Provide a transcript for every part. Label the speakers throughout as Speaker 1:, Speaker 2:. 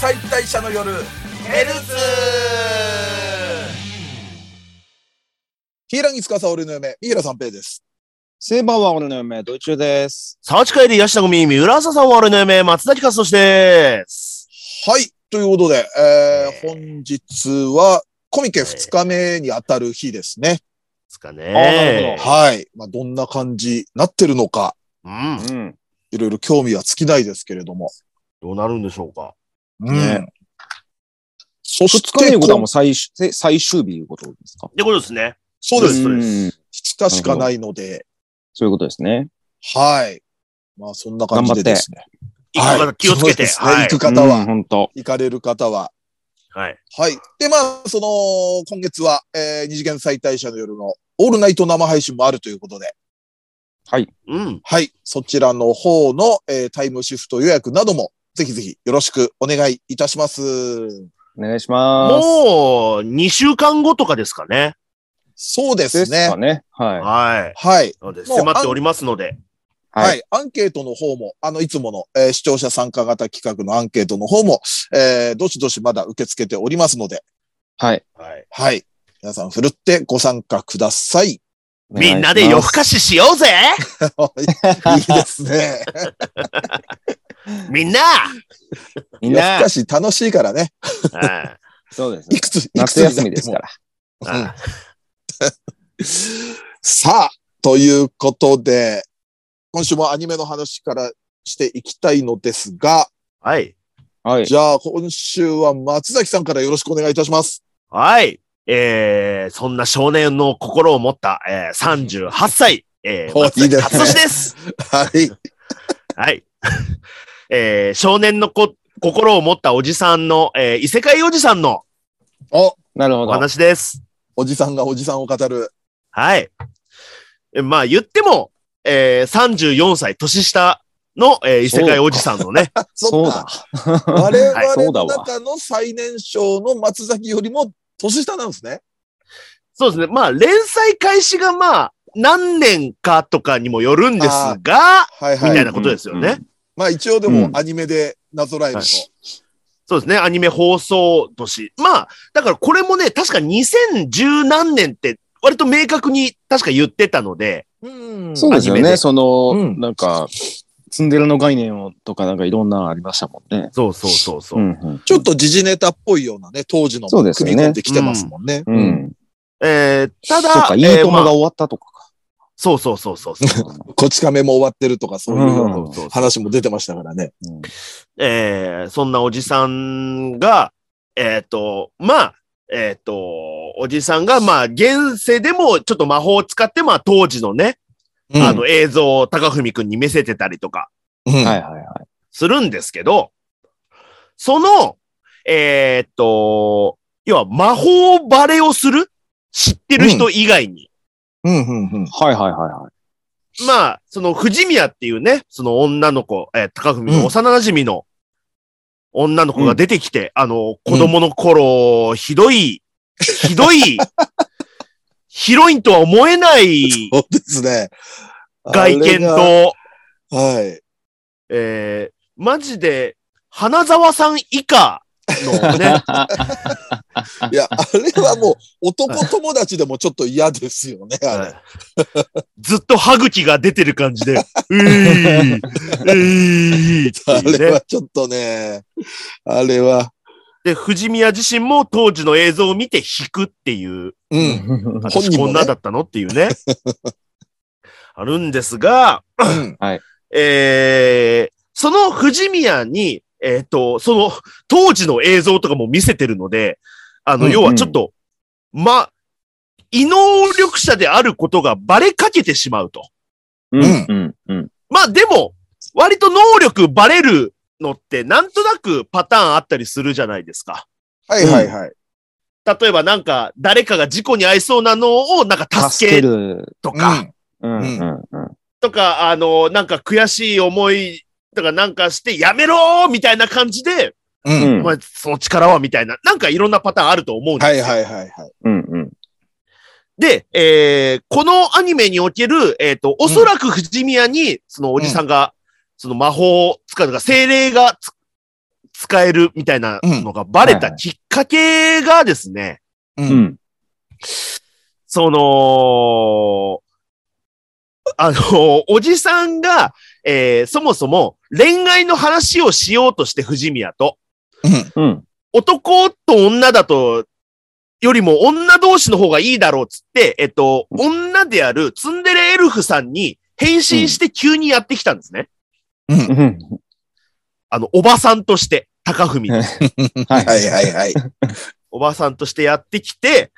Speaker 1: 解体者の夜ヘルツ柊司俺の嫁三平三平です
Speaker 2: セーバーは俺の嫁、ドイツです。
Speaker 3: サーチ会でヤシナゴミ、三浦朝さんはあれの夢、松崎勝利です。
Speaker 1: はいということで、えー
Speaker 3: えー
Speaker 1: 本日はコミケ2日目にあたる日ですね、
Speaker 3: ですか
Speaker 2: な
Speaker 3: ね
Speaker 2: る。ほ
Speaker 1: はい、まあ、どんな感じなってるのか
Speaker 3: うん。
Speaker 2: うん。
Speaker 1: いろいろ興味は尽きないですけれども、
Speaker 3: どうなるんでしょうか。
Speaker 1: うん
Speaker 2: ね
Speaker 1: そ
Speaker 2: 二
Speaker 1: して
Speaker 2: 日目いうことは
Speaker 1: こ
Speaker 2: もう最終せ最終日いうことですか
Speaker 3: ってことですね。
Speaker 1: そうです、
Speaker 3: そうです
Speaker 2: ん
Speaker 1: 2日しかないので
Speaker 2: そういうことですね。
Speaker 1: はいまあそんな感じでですね
Speaker 3: 行く方気をつけて。
Speaker 1: はい
Speaker 3: はい
Speaker 1: そうですね行。く方は、
Speaker 2: 本当。
Speaker 1: 行かれる方は
Speaker 3: はい。
Speaker 1: はい。で、まあ、その、今月は、えー二次元再退社の夜のオールナイト生配信もあるということで、
Speaker 3: うん。
Speaker 1: はい。そちらの方の、えータイムシフト予約なども、ぜひぜひよろしくお願いいたします。
Speaker 2: お願いします。
Speaker 3: もう、2週間後とかですかね。
Speaker 1: そうで
Speaker 2: ですす
Speaker 1: ね
Speaker 2: か。ね。は
Speaker 3: はい。
Speaker 1: はい。
Speaker 3: なので、
Speaker 1: もう
Speaker 3: 迫っておりますので。
Speaker 2: はい
Speaker 1: はい。アンケートの方も、あの、いつもの、えー視聴者参加型企画のアンケートの方も、えーどしどしまだ受け付けておりますので、
Speaker 2: い。はい。
Speaker 3: はい。
Speaker 1: はい。皆さん、ふるってご参加ください。
Speaker 3: みんなで夜更かししようぜ
Speaker 1: いいですね。
Speaker 3: みんな
Speaker 2: みん
Speaker 1: 夜更
Speaker 2: な
Speaker 1: かし楽しいからね。
Speaker 3: はい
Speaker 2: そうですね
Speaker 1: い。くつ、いくつになって
Speaker 2: 夏
Speaker 1: も
Speaker 2: 休みですから。
Speaker 3: は
Speaker 1: さあ、ということで、今週もアニメの話からしていきたいのですが、
Speaker 3: はい。
Speaker 2: はい。
Speaker 1: じゃあ今週は松崎さんからよろしくお願いいたします。
Speaker 3: はい。えー、そんな少年の心を持った、えー、38歳、えー、
Speaker 1: お
Speaker 3: 松
Speaker 1: いい
Speaker 3: 崎
Speaker 1: ですね
Speaker 3: 勝利です。
Speaker 1: はい。
Speaker 3: はい。 えー少年のこ心を持ったおじさんの、えー異世界おじさんの
Speaker 1: お、
Speaker 2: なるほ
Speaker 3: お
Speaker 2: ど。
Speaker 3: 話です。
Speaker 1: おじさんがおじさんを語る。
Speaker 3: はい。えまあ言っても、えー34歳年下の、えー異世界おじさんのね、
Speaker 1: あ、
Speaker 2: そ
Speaker 1: そうっ
Speaker 2: だ
Speaker 1: か。。 我
Speaker 3: はい
Speaker 2: そ
Speaker 1: 々
Speaker 2: うだ
Speaker 1: の
Speaker 2: わ
Speaker 1: 中の最年少の松崎よりも年下なんですね。
Speaker 3: そうですね。まあ連載開始がまあ何年かとかにもよるんですが、
Speaker 1: はい
Speaker 3: み
Speaker 1: は
Speaker 3: た
Speaker 1: い。
Speaker 3: いなことですよね。
Speaker 2: うんうんうん
Speaker 1: まあ一応でも
Speaker 2: うん
Speaker 1: アニメでなぞらえると。
Speaker 3: そうですね。アニメ放送年。まあ、だからこれもね、確か2010何年って割と明確に確か言ってたので、
Speaker 1: うん。
Speaker 2: そうですよ
Speaker 3: アニメで
Speaker 2: ね。その、
Speaker 1: うん
Speaker 2: なんか、ツンデレの概念をとか、なんかいろんなのありましたもんね。
Speaker 3: そうそうそうそう。
Speaker 2: んん。
Speaker 1: ちょっと時事ネタっぽいようなね、当時の
Speaker 2: そう
Speaker 1: も
Speaker 2: ですよ
Speaker 1: 組
Speaker 2: ね
Speaker 1: み込んできてますもんね。
Speaker 2: う。ん。
Speaker 3: えーた
Speaker 2: そう
Speaker 3: だ、
Speaker 2: か、
Speaker 3: え
Speaker 2: いい
Speaker 3: ー
Speaker 2: とも
Speaker 3: ま
Speaker 2: が
Speaker 3: あ
Speaker 2: 終わったとかか。
Speaker 3: そうそうそうそうそう。
Speaker 1: こち亀も終わってるとかそういうような
Speaker 2: う
Speaker 3: そ
Speaker 2: ん
Speaker 3: うそうそう
Speaker 1: 話も出てましたからね。
Speaker 2: うん
Speaker 3: えーそんなおじさんが、えっ、と、まあ、えっ、と、おじさんが、まあ、現世でもちょっと魔法を使って、まあ、当時のね、
Speaker 1: うん
Speaker 3: あの映像を高文くんに見せてたりとか
Speaker 1: うん
Speaker 2: はいはいは
Speaker 3: するんですけど、その、えっ、と、要は魔法バレをする知ってる人以外に、
Speaker 1: うんうんうん
Speaker 2: い。はいはいはいはい。
Speaker 3: まあ、その、藤宮っていうね、その女の子、えー高文の幼馴染の女の子が出てきて、あの、子供の頃、ひどい、ひど い、ヒロインとは思えない
Speaker 1: そうですね。
Speaker 3: 外見
Speaker 1: あれ
Speaker 3: と、
Speaker 1: が。はい。
Speaker 3: えー、マジで、花沢さん以下の ね、
Speaker 1: いや、あれはもう男友達でもちょっと嫌ですよね、あれ。
Speaker 3: ずっと歯茎が出てる感じで、うーい、うーいって
Speaker 1: あ
Speaker 3: いう
Speaker 1: れ
Speaker 3: ね
Speaker 1: は。ちょっとね、あれは、
Speaker 3: で、藤宮自身も当時の映像を見て引くっていう、
Speaker 1: うん。本
Speaker 3: 私
Speaker 1: 人も
Speaker 3: こ
Speaker 1: ね
Speaker 3: んなだったのっていうね。 あるんですが、
Speaker 1: うん
Speaker 3: えー、その藤宮に、えっ、と、その当時の映像とかも見せてるので、あの、
Speaker 1: うん
Speaker 3: 要はちょっと、ま、異能力者であることがバレかけてしまうと。
Speaker 2: うんうんうん。
Speaker 3: まあでも、割と能力バレるのってなんとなくパターンあったりするじゃないですか。
Speaker 1: はいはいはい。
Speaker 3: 例えばなんか誰かが事故に遭いそうなのをなんか助
Speaker 2: 助
Speaker 3: け
Speaker 2: け
Speaker 3: る
Speaker 2: る。
Speaker 3: とか、
Speaker 2: うん
Speaker 1: うん
Speaker 2: うんうん。
Speaker 3: とか、あの、なんか悔しい思いとかなんかして、やめろーみたいな感じで、
Speaker 1: うん。うん。
Speaker 2: うん
Speaker 3: お前その力はみたいな、なんかいろんなパターンあると思うんです
Speaker 1: は
Speaker 3: よ。
Speaker 1: いはいはいはい。
Speaker 2: うんうん。
Speaker 3: で、えー、このアニメにおける、えっ、と、おそらく藤宮に、そのおじさんが、その魔法を使うとか、精霊がつ使えるみたいなのがバレたきっかけがですね、
Speaker 1: う。
Speaker 2: うんん。
Speaker 3: その、あの、おじさんが、えーそもそも恋愛の話をしようとして、藤宮と、
Speaker 1: うん。
Speaker 2: うん。
Speaker 3: 男と女だと、よりも女同士の方がいいだろうっつって、えっと、女であるツンデレエルフさんに変身して急にやってきたんですね。
Speaker 1: うん。
Speaker 2: うん。
Speaker 3: あの、おばさんとして、高文に。
Speaker 2: は
Speaker 1: はい
Speaker 2: い。
Speaker 1: はいはい。
Speaker 3: おばさんとしてやってきて、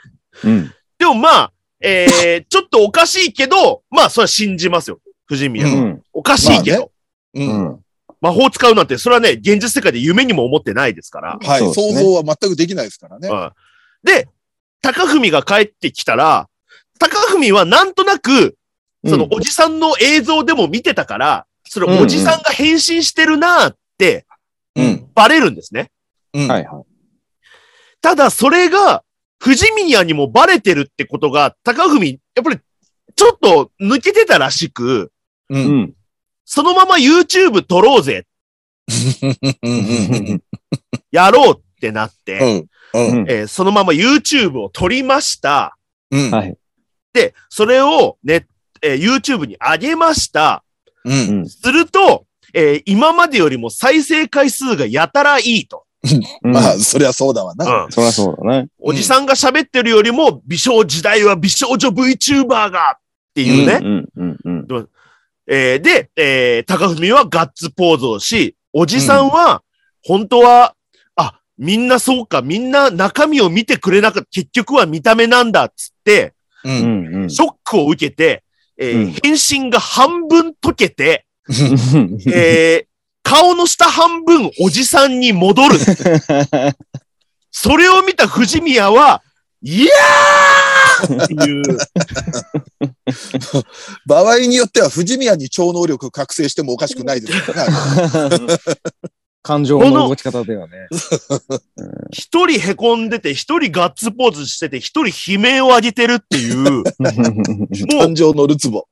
Speaker 2: うん。
Speaker 3: でもまあ、えー、ちょっとおかしいけど、まあ、それは信じますよ。藤宮
Speaker 2: う
Speaker 3: は。
Speaker 2: ん。
Speaker 3: おかしいけど。
Speaker 1: う。
Speaker 2: うんん。
Speaker 3: 魔法使うなんて、それはね、現実世界で夢にも思ってないですから。
Speaker 1: はい。
Speaker 2: そうです
Speaker 1: 想
Speaker 2: ね
Speaker 1: 像は全くできないですからね。
Speaker 3: うん、で、高文が帰ってきたら、高文はなんとなく、そのおじさんの映像でも見てたから、それおじさんが変身してるなーって
Speaker 1: うん。
Speaker 3: バレるんですね。
Speaker 1: うん。
Speaker 2: はいは
Speaker 3: ただそれが、藤宮にもバレてるってことが、高文、やっぱりちょっと抜けてたらしく、
Speaker 1: う
Speaker 2: い。
Speaker 1: ん。
Speaker 2: ん。
Speaker 3: そのまま YouTube 撮ろうぜ、
Speaker 1: うん。うん。
Speaker 3: やろうってなって、
Speaker 1: うん。うん。
Speaker 3: えーそのまま YouTube を撮りました。
Speaker 1: うん。
Speaker 2: はい。
Speaker 3: で、それをね、えー YouTube に上げました。
Speaker 1: うん。
Speaker 3: すると、えー今までよりも再生回数がやたらいいと。
Speaker 2: うん
Speaker 1: まあ、そりゃそうだわな。
Speaker 2: そりゃそうだね。
Speaker 3: おじさんが喋ってるよりも、美少時代は美少女 VTuber がっていうね。
Speaker 2: うんうんうん
Speaker 3: えーで、えー高文はガッツポーズをし、おじさんは、本当は、あ、みんなそうか、みんな中身を見てくれなかった、結局は見た目なんだっつって、
Speaker 1: う。
Speaker 2: うんんうん。
Speaker 3: ショックを受けて、えー
Speaker 2: うん
Speaker 3: 返信が半分解けて、
Speaker 1: うん。
Speaker 3: えー顔の下半分おじさんに戻る。それを見た藤宮は、いやーって いう。
Speaker 1: 場合によっては、藤宮に超能力覚醒してもおかしくないですからね。
Speaker 2: 感情の動き方ではね。
Speaker 3: 一人凹んでて、一人ガッツポーズしてて、一人悲鳴を上げてるっていう。もう
Speaker 1: 感、情乗るツボ。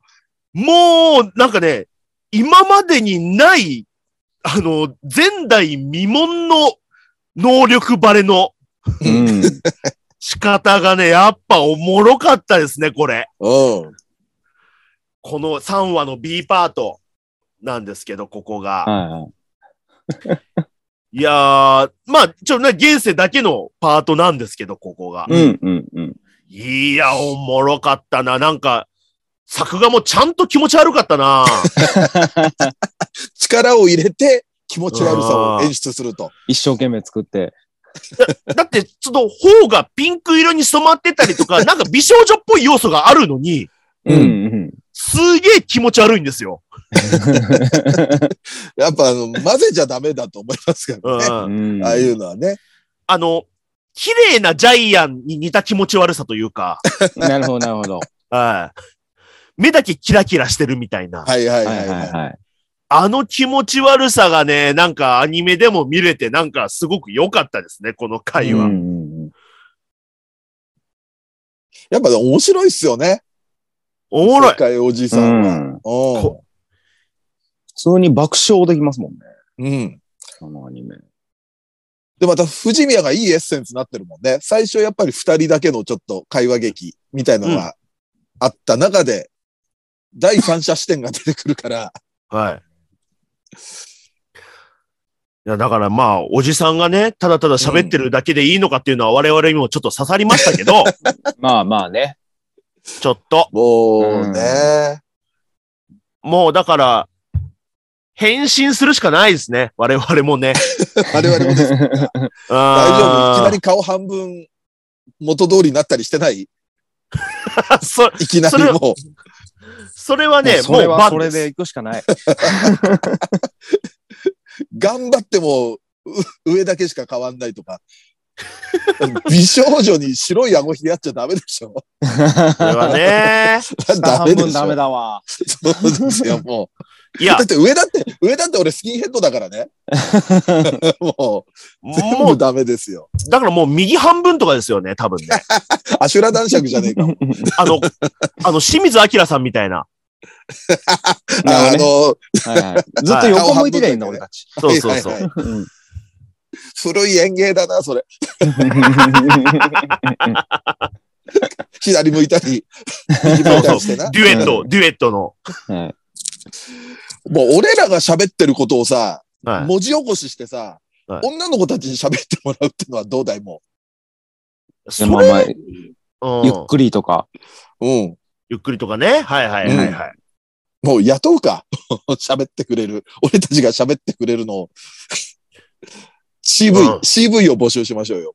Speaker 3: もう、なんかね、今までにない、あの、前代未聞の能力バレの
Speaker 2: うん
Speaker 3: 仕方がね、やっぱおもろかったですね、これ。
Speaker 1: うん。
Speaker 3: この3話の B パートなんですけど、ここが。
Speaker 2: はい
Speaker 3: やー、まあ、ちょっとね、現世だけのパートなんですけど、ここが
Speaker 2: い。。うんうんうん。
Speaker 3: いや、おもろかったな。なんか、作画もちゃんと気持ち悪かった な。
Speaker 1: 力を入れて、気持ち悪さを演出すると。
Speaker 2: 一生懸命作って。
Speaker 3: だって、ちょっと頬がピンク色に染まってたりとか、なんか美少女っぽい要素があるのに、
Speaker 1: うん
Speaker 2: ん
Speaker 3: すげえ気持ち悪いんですよ。
Speaker 1: やっぱ、あの、混ぜちゃダメだと思いますけ
Speaker 3: う。
Speaker 1: どね。
Speaker 2: うんん。。
Speaker 1: ああいううのはね。
Speaker 3: あの、綺麗なジャイアンに似た気持ち悪さというか、
Speaker 2: なるほどなるほど。
Speaker 3: はい目だけキラキラしてるみたいな。
Speaker 1: はいはい
Speaker 2: は
Speaker 1: はいい
Speaker 2: はい
Speaker 1: は
Speaker 2: はい。
Speaker 3: あの気持ち悪さがね、なんかアニメでも見れて、なんかすごく良かったですね、この回は。
Speaker 1: い。やっぱね面白いっすよね。
Speaker 3: おもろい
Speaker 1: 世。界おじさんは。
Speaker 3: こ
Speaker 2: 普通に爆笑できますもんね。
Speaker 1: うん。うん。
Speaker 2: このアニメ。
Speaker 1: で、また、藤宮がいいエッセンスになってるもんね。最初やっぱり二人だけのちょっと会話劇みたいなのがあった中で、第三者視点が出てくるから、
Speaker 3: はい。いや、だからまあ、おじさんがね、ただただ喋ってるだけでいいのかっていうのは我々にもちょっと刺さりましたけ ど、
Speaker 2: まあまあね。
Speaker 3: ちょっと。
Speaker 1: もうね、
Speaker 3: もうだから、変身するしかないですね。我々もね。
Speaker 1: 我々もで す 大丈夫。いきな
Speaker 3: 大
Speaker 1: り顔半分元通りになったりしてない
Speaker 3: 夫。そ
Speaker 1: いきなりもう、
Speaker 3: それはね、
Speaker 2: そ
Speaker 3: もう
Speaker 2: れは
Speaker 3: バ
Speaker 2: そ
Speaker 3: ンで。
Speaker 2: れです行くしかない。
Speaker 1: 頑張ってもう上だけしか変わんないとか。美少女に白い顎ひげやっちゃダメでしょ
Speaker 3: それは ね。
Speaker 1: ダ
Speaker 2: 半
Speaker 1: メで
Speaker 2: 分
Speaker 1: し
Speaker 2: ダメ
Speaker 1: ょ
Speaker 2: だわ。
Speaker 1: そうですよ、もう。
Speaker 3: いや
Speaker 1: だっ、て上だって、上だって俺スキンヘッドだから ね。もう、全
Speaker 3: も
Speaker 1: 部
Speaker 3: う、
Speaker 1: ダメですよ。
Speaker 3: だからもう右半分とかですよね、多分ね。
Speaker 1: アシュラ男爵じゃねえ か。
Speaker 3: あの、あの、清水明さんみたいな。
Speaker 1: あ
Speaker 2: なるほどね
Speaker 1: の、
Speaker 2: はいはいずっと横向いてりゃいいんだ、
Speaker 1: はい
Speaker 2: 俺たち。
Speaker 3: そうそうそう。
Speaker 1: はいはいはい古い演芸だな、それ。左向いたり、右向いたりしてな。
Speaker 3: デュエット、デュエットの。
Speaker 2: はい。
Speaker 1: もう俺らが喋ってることをさ、
Speaker 3: はい。
Speaker 1: 文字起こししてさ、
Speaker 3: はい
Speaker 1: 女の子たちに喋ってもらうっていうのはどうだいも
Speaker 2: で
Speaker 3: そ
Speaker 2: まあ
Speaker 3: れ、
Speaker 2: まあ、ゆ
Speaker 3: うん
Speaker 2: っくりとか。
Speaker 1: う。うん。
Speaker 3: ゆっくりとかね。はいはいはいはい。
Speaker 1: もう雇うか。 喋ってくれる。俺たちが喋ってくれるのを。CV、
Speaker 3: うん
Speaker 1: CV を募集しましょうよ。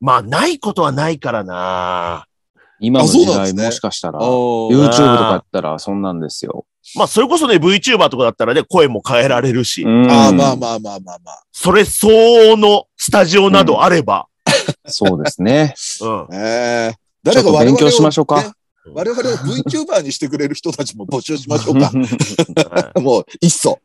Speaker 3: まあ、ないことはないからな。
Speaker 2: 今の時
Speaker 1: あそうなんで
Speaker 2: 代
Speaker 1: すね
Speaker 2: もしかしたら、
Speaker 1: お
Speaker 2: YouTube
Speaker 3: ー
Speaker 2: とかやったらそんなんですよ。
Speaker 3: まあ、それこそね、VTuber とかだったらね、声も変えられるし、
Speaker 1: あ
Speaker 2: あ
Speaker 1: あ、まあまあまあまあまあ。
Speaker 3: それ相応のスタジオなどあれば、
Speaker 2: あ。そうですね。
Speaker 3: うん。
Speaker 1: ええ
Speaker 2: ちょ
Speaker 1: 誰
Speaker 2: っ
Speaker 1: か
Speaker 2: と
Speaker 1: 我々
Speaker 2: 勉
Speaker 1: を
Speaker 2: 強しましょう
Speaker 1: ね
Speaker 2: か。
Speaker 1: 我々を VTuber にしてくれる人たちも募集しましょう か。
Speaker 3: はい
Speaker 1: もう、いっそ。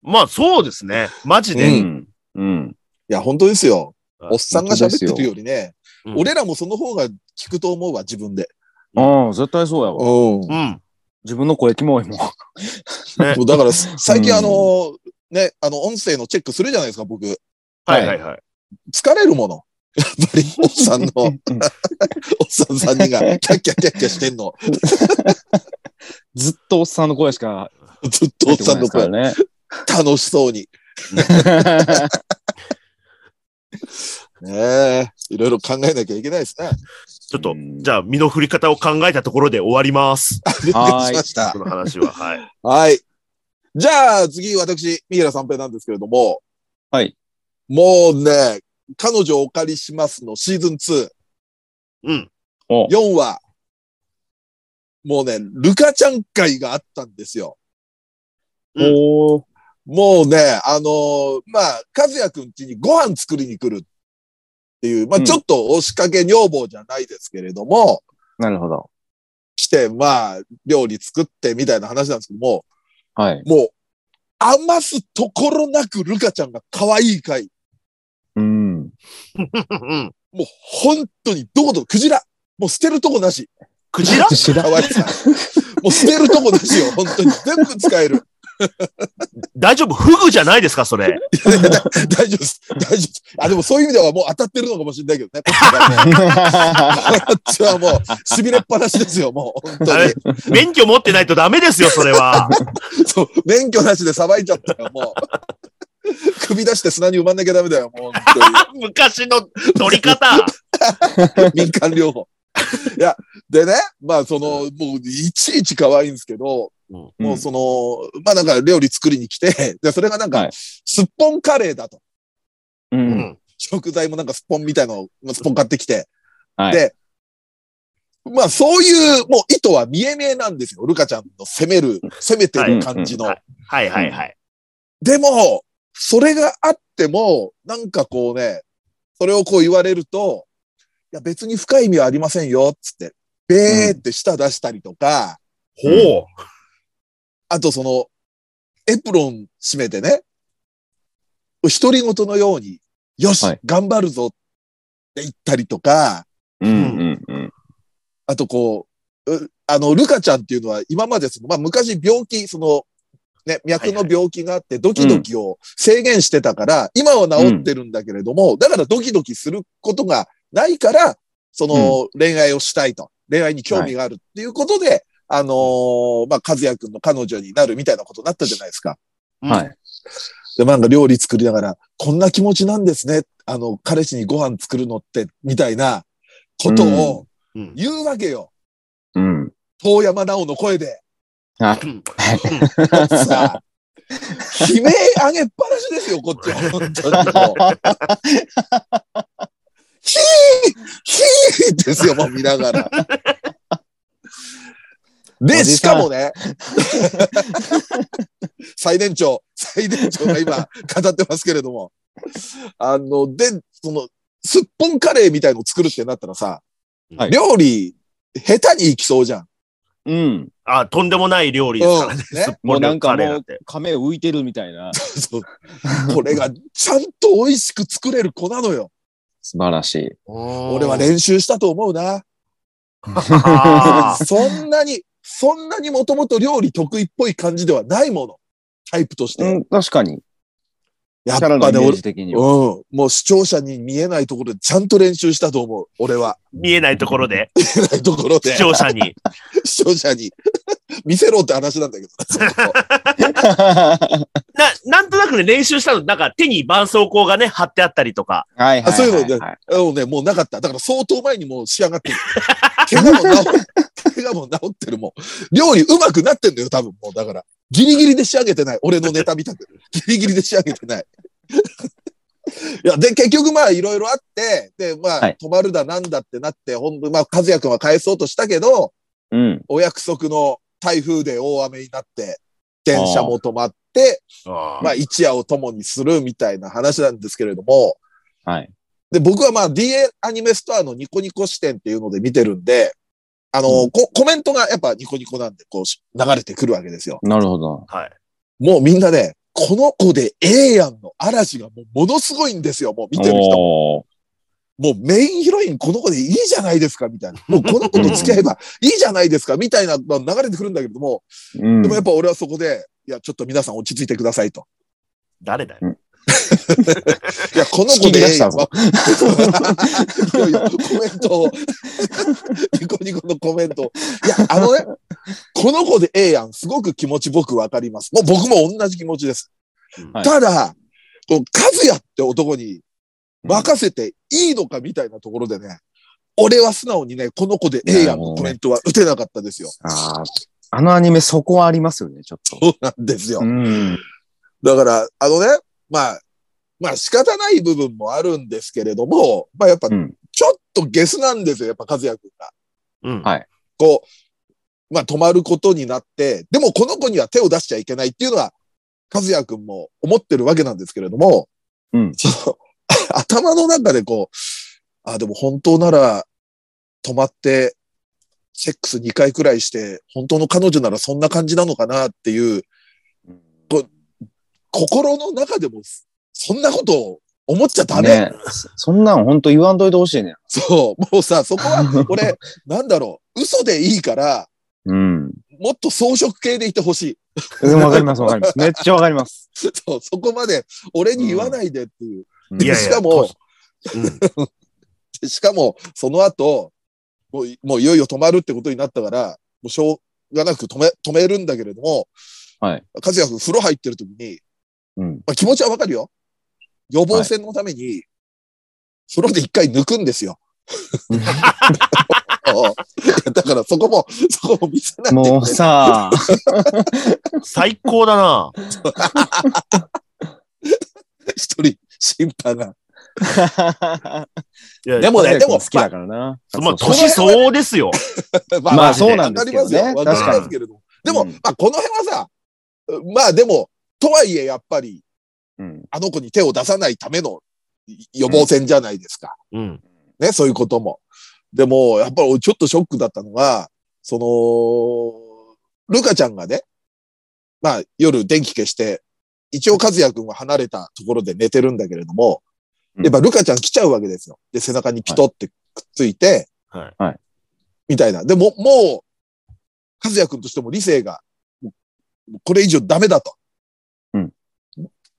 Speaker 3: まあ、そうですね。マジ
Speaker 2: う
Speaker 3: で。
Speaker 2: ん。うん。
Speaker 1: いや、本当ですよ。
Speaker 3: はい
Speaker 1: おっさんが喋ってるよりね、
Speaker 3: うん
Speaker 1: 俺らもその方が聞くと思うわ、自分で。
Speaker 2: ああ、絶対そうやわ。
Speaker 1: うん
Speaker 3: う。ん。
Speaker 2: 自分の声キモいもん。
Speaker 1: そうだから、 最近
Speaker 2: うん
Speaker 1: あの、ね、あの、音声のチェックするじゃないですか、僕。
Speaker 3: はいはいはい。
Speaker 1: 疲れるもの。やっぱり、おっさ んの、おっさん三人が、キャッキャキャッキャしてんの。
Speaker 2: ずっとおっさんの声しか
Speaker 1: ずっとお
Speaker 2: 出
Speaker 1: ってさ
Speaker 2: こ
Speaker 1: ん
Speaker 2: な
Speaker 1: の
Speaker 2: いですから
Speaker 1: 声、
Speaker 2: ね。
Speaker 1: 楽しそうに。ねえ、いろいろ考えなきゃいけないですね。
Speaker 3: ちょっと
Speaker 2: う、ん
Speaker 3: じゃあ、身の振り方を考えたところで終わります。
Speaker 1: は。
Speaker 2: はいい
Speaker 1: しました
Speaker 3: こ。の話は。はい。
Speaker 1: はい。じゃあ、次、私、三浦三平なんですけれども。
Speaker 2: はい。
Speaker 1: もうね、彼女をお借りしますのシーズン2、
Speaker 3: うん。
Speaker 2: お
Speaker 1: 4話。もうね、ルカちゃん会があったんですよ。
Speaker 2: おー
Speaker 1: もうね、あのーまあ、和也くん家にご飯作りに来るっていう、まあ、
Speaker 2: うん
Speaker 1: ちょっと押しかけ女房じゃないですけれども、
Speaker 2: なるほど。
Speaker 1: 来て、まあ、料理作ってみたいな話なんですけども、
Speaker 2: はい。
Speaker 1: もう、余すところなくルカちゃんが可愛い回。
Speaker 2: うん。
Speaker 3: うん。
Speaker 1: もう、本当に、どこと、クジラ。もう捨てるとこなし。
Speaker 3: クジラ
Speaker 2: 知ら
Speaker 1: 可愛さ。もう捨てるとこなしよ、本当に。全部使える。
Speaker 3: 大丈夫フグじゃないですかそれ。
Speaker 1: 大丈夫です。大丈夫です。あ、でもそういう意味ではもう当たってるのかもしれないけどね。こっちはもうこっちはもう、痺れっぱなしですよ、もう。本
Speaker 3: あ
Speaker 1: 当
Speaker 3: れ免許持ってないとダメですよ、それは。
Speaker 1: に。そう、免許なしでさばいちゃったよ、もう。首出して砂に埋まんなきゃダメだよ、もう。本
Speaker 3: 昔の乗り方。
Speaker 1: 当に。民間療法。いや、でね、まあその、もう、いちいち可愛いんですけど、もうその、まあなんか料理作りに来て、で、それがなん
Speaker 2: は
Speaker 1: か
Speaker 2: い、
Speaker 1: すっぽんカレーだと。
Speaker 2: う。
Speaker 3: うんん。
Speaker 1: 食材もなんかスポンみたいのをまあスポン買ってきて。
Speaker 2: はい
Speaker 1: で、まあそういう、もう意図は見え見えなんですよ。ルカちゃんの攻める、攻めてる感じの。
Speaker 3: はいはいはいはい。
Speaker 1: でも、それがあっても、なんかこうね、それをこう言われると、いや別に深い意味はありませんよ、つって。べーって舌出したりとか、
Speaker 3: ほう。
Speaker 1: あとその、エプロン締めてね、独り言のように、よし、
Speaker 2: はい
Speaker 1: 頑張るぞって言ったりとか、
Speaker 2: うん。うん。うん。
Speaker 1: あとこう、うあの、ルカちゃんっていうのは今までその、まあ昔病気、その、ね、脈の病気があってドキドキを制限してたから、今は治ってるんだけれども、だからドキドキすることがないから、その恋愛をしたいと、恋愛に興味があるっていうことで、あのーまあ、和也くんの彼女になるみたいなことになったじゃないですか。
Speaker 3: うん
Speaker 2: はい。
Speaker 1: で、なんか料理作りながら、こんな気持ちなんですね。あの、彼氏にご飯作るのって、みたいなことを
Speaker 3: うん
Speaker 1: 言うわけよ。
Speaker 2: うん。
Speaker 1: 遠山奈緒の声で。
Speaker 3: うん
Speaker 1: さあ、悲鳴上げっぱなしですよ、こっちは。本当にもう。ヒーヒーですよ、もう見ながら。で、
Speaker 2: おじ
Speaker 1: し
Speaker 2: さ
Speaker 1: か
Speaker 2: ん
Speaker 1: もね、最年長、最年長が今語ってますけれども、あの、で、その、すっぽんカレーみたいの作るってなったらさ、
Speaker 2: はい
Speaker 1: 料理、下手にいきそうじゃん。
Speaker 2: うん。
Speaker 3: あ、とんでもない料理ですからね。
Speaker 1: うんね
Speaker 3: すっ
Speaker 2: も
Speaker 3: ぽ
Speaker 2: うん
Speaker 3: で
Speaker 2: なんか
Speaker 3: カレー
Speaker 2: も
Speaker 3: な
Speaker 2: うん
Speaker 3: て。
Speaker 2: 亀浮いてるみたいな。
Speaker 1: そうこれがちゃんと美味しく作れる子なのよ。
Speaker 2: 素晴らしい。
Speaker 1: 俺
Speaker 3: 俺
Speaker 1: は。練習したと思うな。
Speaker 3: あー
Speaker 1: そんなに、そんなにもともと料理得意っぽい感じではないもの。タイプとして。
Speaker 2: うん、確かに。
Speaker 1: やっ
Speaker 2: キャラの
Speaker 1: ぱ
Speaker 2: イ
Speaker 1: ね、
Speaker 2: メー
Speaker 1: 俺、
Speaker 2: ジ的には。
Speaker 1: うん。もう視聴者に見えないところでちゃんと練習したと思う。俺は。
Speaker 3: 見えないところで、
Speaker 1: 見えないところで
Speaker 3: 視、聴者に。
Speaker 1: 視聴者に見せろって話なんだ けどなそこ
Speaker 2: は
Speaker 3: な、なんとなくね、練習したの、なんか手に絆創膏がね、貼ってあったりとか。
Speaker 2: い はいはいはい。
Speaker 1: あそういうの
Speaker 2: はい
Speaker 1: あのね、もうなかった。だから相当前にもう仕上がってる。 怪我も治っ、怪我も治ってるもん。料理上手くなってんだよ、多分もう。だから。ギリギリで仕上げてない。俺のネタ見たく。 ギリギリで仕上げてない。 いや、で、結局まあいろいろあって、で、まあ、
Speaker 2: はい
Speaker 1: 止まるだなんだってなって、ほんまあ、和也くんは返そうとしたけど、
Speaker 2: うん。
Speaker 1: お約束の台風で大雨になって、電車も止まって、まあ一夜を共にするみたいな話なんですけれども、
Speaker 2: はい。
Speaker 1: で、僕はまあ DA アニメストアのニコニコ視点っていうので見てるんで、あの、こコメントがやっぱニコニコなんで、こうし流れてくるわけですよ。
Speaker 2: なるほど。
Speaker 3: はい。
Speaker 1: もうみんなね、この子でええやんの嵐がもうものすごいんですよ。もう見てる人も。
Speaker 2: おー
Speaker 1: もうメインヒロインこの子でいいじゃないですか、みた いな。もうこの子と付き合えば いいじゃないですか、みたいなのが流れてくるんだけども、
Speaker 2: うん
Speaker 1: でもやっぱ俺はそこで、いや、ちょっと皆さん落ち着いてくださいと。
Speaker 3: 誰だよ。
Speaker 1: いや、この子でええやん。
Speaker 2: 聞
Speaker 1: いやいや、コメントを。ニコニコのコメントを。いや、あのね、この子でええやん。すごく気持ち僕わかります。もう僕も同じ気持ちです。
Speaker 2: はい
Speaker 1: ただ、こう、カズヤって男に任せていいのかみたいなところでね、俺は素直にね、この子でええやんのコメントは打てなかったですよ。
Speaker 2: あーあのアニメそこはありますよね、ちょっと。
Speaker 1: そうなんですよ。
Speaker 2: うん。
Speaker 1: だから、あのね、まあ、まあ仕方ない部分もあるんですけれども、まあやっぱ
Speaker 2: うん。
Speaker 1: ちょっとゲスなんですよ、やっぱ和也くんが。
Speaker 3: うん。
Speaker 2: はい
Speaker 1: こう、まあ止まることになって、でもこの子には手を出しちゃいけないっていうのは、和也くんも思ってるわけなんですけれども、
Speaker 2: うん
Speaker 1: その、 頭の中でこう、あ、でも本当なら止まって、セックス2回くらいして、本当の彼女ならそんな感じなのかなっていう、こ心の中でも、そんなことを思っちゃダメ。
Speaker 2: ねそそんなん本当言わんといてほしいね。
Speaker 1: そう、もうさ、そこは、俺、なんだろう、嘘でいいから、
Speaker 2: うん。
Speaker 1: もっと装飾系でいてほしい。
Speaker 2: でもわかります、わかります。めっちゃわかります。
Speaker 1: そう、そこまで俺に言わないでっていう。
Speaker 2: うん
Speaker 3: いやいや
Speaker 1: しかも、
Speaker 3: うん
Speaker 1: でしかも、その後、もうい、もういよいよ止まるってことになったから、もうしょうがなく止め、止めるんだけれども、
Speaker 2: はい。
Speaker 1: 和也君風呂入ってる時に、
Speaker 2: うん。
Speaker 1: まあ、気持ちはわかるよ。予防線のために、風呂で一回抜くんですよ。うんだからそこも、そこも見せないで
Speaker 2: もうさ、
Speaker 3: 最高だな。
Speaker 1: 一人、審判が。
Speaker 3: いや
Speaker 1: でもね、でも、
Speaker 2: 好きだからな。
Speaker 3: まあ、
Speaker 2: そうそう
Speaker 3: 年相応ですよ。
Speaker 1: ま
Speaker 2: ま
Speaker 3: あそうなん
Speaker 2: ですけ
Speaker 1: わ
Speaker 2: ど
Speaker 1: かり
Speaker 2: ね
Speaker 1: ますよ。わかり
Speaker 3: 確かに
Speaker 1: ますけれども。でも、
Speaker 2: うん
Speaker 1: まあ、この辺はさ、まあでも、とはいえやっぱり、
Speaker 2: うん。
Speaker 1: あの子に手を出さないための予防線じゃないですか。
Speaker 3: うん。
Speaker 1: ね、そういうことも。でも、やっぱり俺ちょっとショックだったのが、その、ルカちゃんがね、まあ夜電気消して、一応和也くんは離れたところで寝てるんだけれども、
Speaker 2: うん
Speaker 1: やっぱルカちゃん来ちゃうわけですよ。で、背中にピトってくっついて、
Speaker 3: はい
Speaker 2: はい
Speaker 1: みたいな。でも、もう、和也くんとしても理性が、もうこれ以上ダメだと。
Speaker 2: うん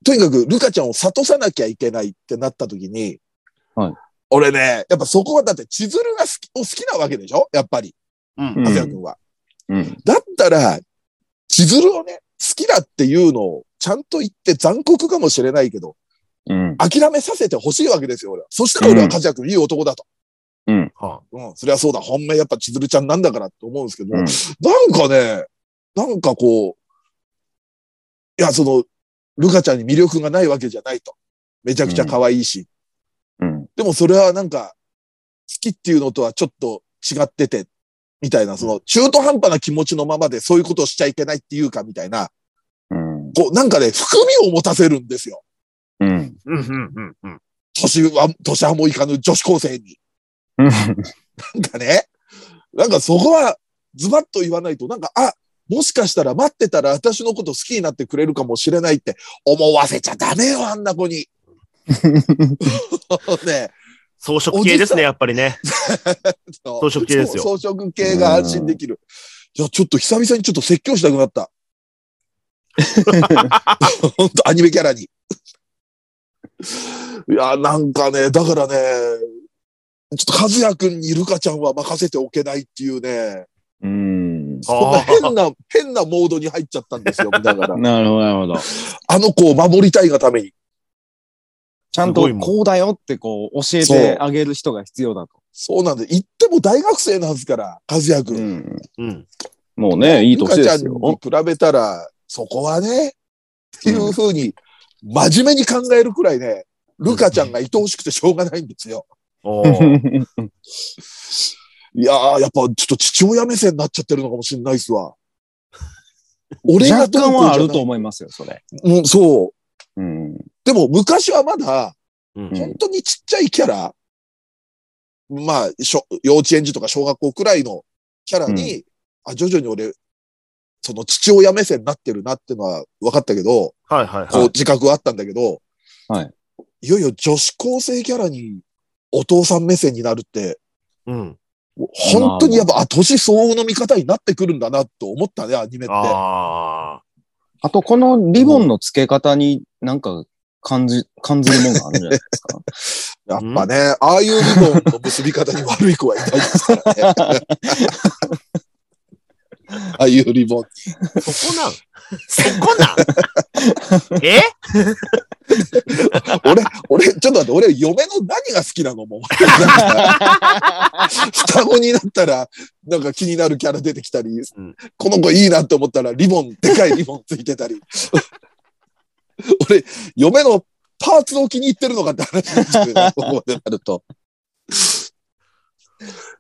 Speaker 1: とにかく、ルカちゃんを諭さなきゃいけないってなった時に、
Speaker 2: はい
Speaker 1: 俺ね、やっぱそこはだって、千鶴が好き、を好きなわけでしょやっぱり、
Speaker 3: う。
Speaker 2: うん
Speaker 1: 和也くんは。
Speaker 2: うん。
Speaker 1: だったら、千鶴をね、好きだっていうのを、ちゃんと言って残酷かもしれないけど、
Speaker 2: うん。
Speaker 1: 諦めさせてほしいわけですよ、俺は。そしたら俺は和也くん、いい男だと。
Speaker 3: は
Speaker 1: うん、そりゃそうだ。本命やっぱ千鶴ちゃんなんだからって思うんですけど、
Speaker 2: うん
Speaker 1: なんかね、なんかこう、いや、その、ルカちゃんに魅力がないわけじゃないと。めちゃくちゃ可愛いし。
Speaker 2: うん。
Speaker 1: でもそれはなんか、好きっていうのとはちょっと違ってて、みたいな、その、中途半端な気持ちのままでそういうことをしちゃいけないっていうか、みたいな、
Speaker 2: うん。
Speaker 1: こう、なんかね、含みを持たせるんですよ。
Speaker 2: うん。
Speaker 3: うん、うん、うん、うん。
Speaker 1: 年は、年はもいかぬ女子高生に。
Speaker 2: うん
Speaker 1: なんかね、なんかそこはズバッと言わないと、なんか、あ、もしかしたら待ってたら私のこと好きになってくれるかもしれないって思わせちゃダメよ、あんな子に。 ね
Speaker 3: 装飾系ですね、やっぱりね。
Speaker 1: 装
Speaker 3: 装飾系ですよ
Speaker 1: 装飾系が安心できる。いや、ちょっと久々にちょっと説 教したくなった。本当アニメキャラに。いや、なんかね、だからね、ちょっと和也くんにルカちゃんは任せておけないっていうね、
Speaker 2: うん。
Speaker 1: そんな
Speaker 3: あ
Speaker 1: 変な、変なモードに入っちゃったんで すよ、だから。
Speaker 2: なるほど、なるほど。
Speaker 1: あの子を守りたいがために。
Speaker 2: ちゃん
Speaker 3: すご
Speaker 2: と
Speaker 3: いもん
Speaker 2: こうだよってこう教え
Speaker 1: そう
Speaker 2: てあげる人が必要だと。
Speaker 1: そうなんで、言っても大学生なんですから、和也くん。
Speaker 2: ん。
Speaker 3: うん。
Speaker 2: もうね、いい
Speaker 1: ル
Speaker 2: 年
Speaker 1: カち
Speaker 2: で
Speaker 1: ゃん
Speaker 2: す
Speaker 1: に
Speaker 2: よ。
Speaker 1: 比べたら、そこはね、っていうふうに、真面目に考えるくらいね、ルカちゃんが愛おしくてしょうがないんですよ。
Speaker 3: お ー
Speaker 1: いやー、やっぱちょっと父親目線になっちゃってるのかもしれないっす わ。俺が
Speaker 2: 若
Speaker 1: どう
Speaker 2: 干
Speaker 1: こうじゃ
Speaker 2: は
Speaker 1: な
Speaker 2: あ
Speaker 1: い
Speaker 2: ると思いますよ、それ。
Speaker 1: うん、そう。
Speaker 2: うん。
Speaker 1: でも昔はまだ、
Speaker 3: うん
Speaker 1: 本当にちっちゃいキャラ、まあ、しょ幼稚園児とか小学校くらいのキャラに、あ、徐々に俺、その父親目線になってるなってのは分かったけど、
Speaker 3: はいはい
Speaker 1: こう
Speaker 3: はい。
Speaker 1: 自覚はあったんだけど、
Speaker 2: はい。
Speaker 1: いよいよ女子高生キャラにお父さん目線になるって、
Speaker 3: うん。
Speaker 1: 本当にやっぱ、あ、年相応の見方になってくるんだなと思ったね、アニメって。
Speaker 3: ああ。
Speaker 2: あと、このリボンの付け方になんか感じ、感じるもんがあるんじゃないですか。
Speaker 1: やっぱね、ああいうリボンの結び方に悪い子はいないですからね。ああいうリボン。
Speaker 3: そこなんそこなんえ
Speaker 1: 俺、俺、ちょっと待って、俺、嫁の何が好きなのもう。双子になったら、なんか気になるキャラ出てきたり、
Speaker 3: ん
Speaker 1: この子いいなって思ったら、リボン、でかいリボンついてたり。俺、嫁のパーツを気に入ってるのかって話ですよね、ここまでなると。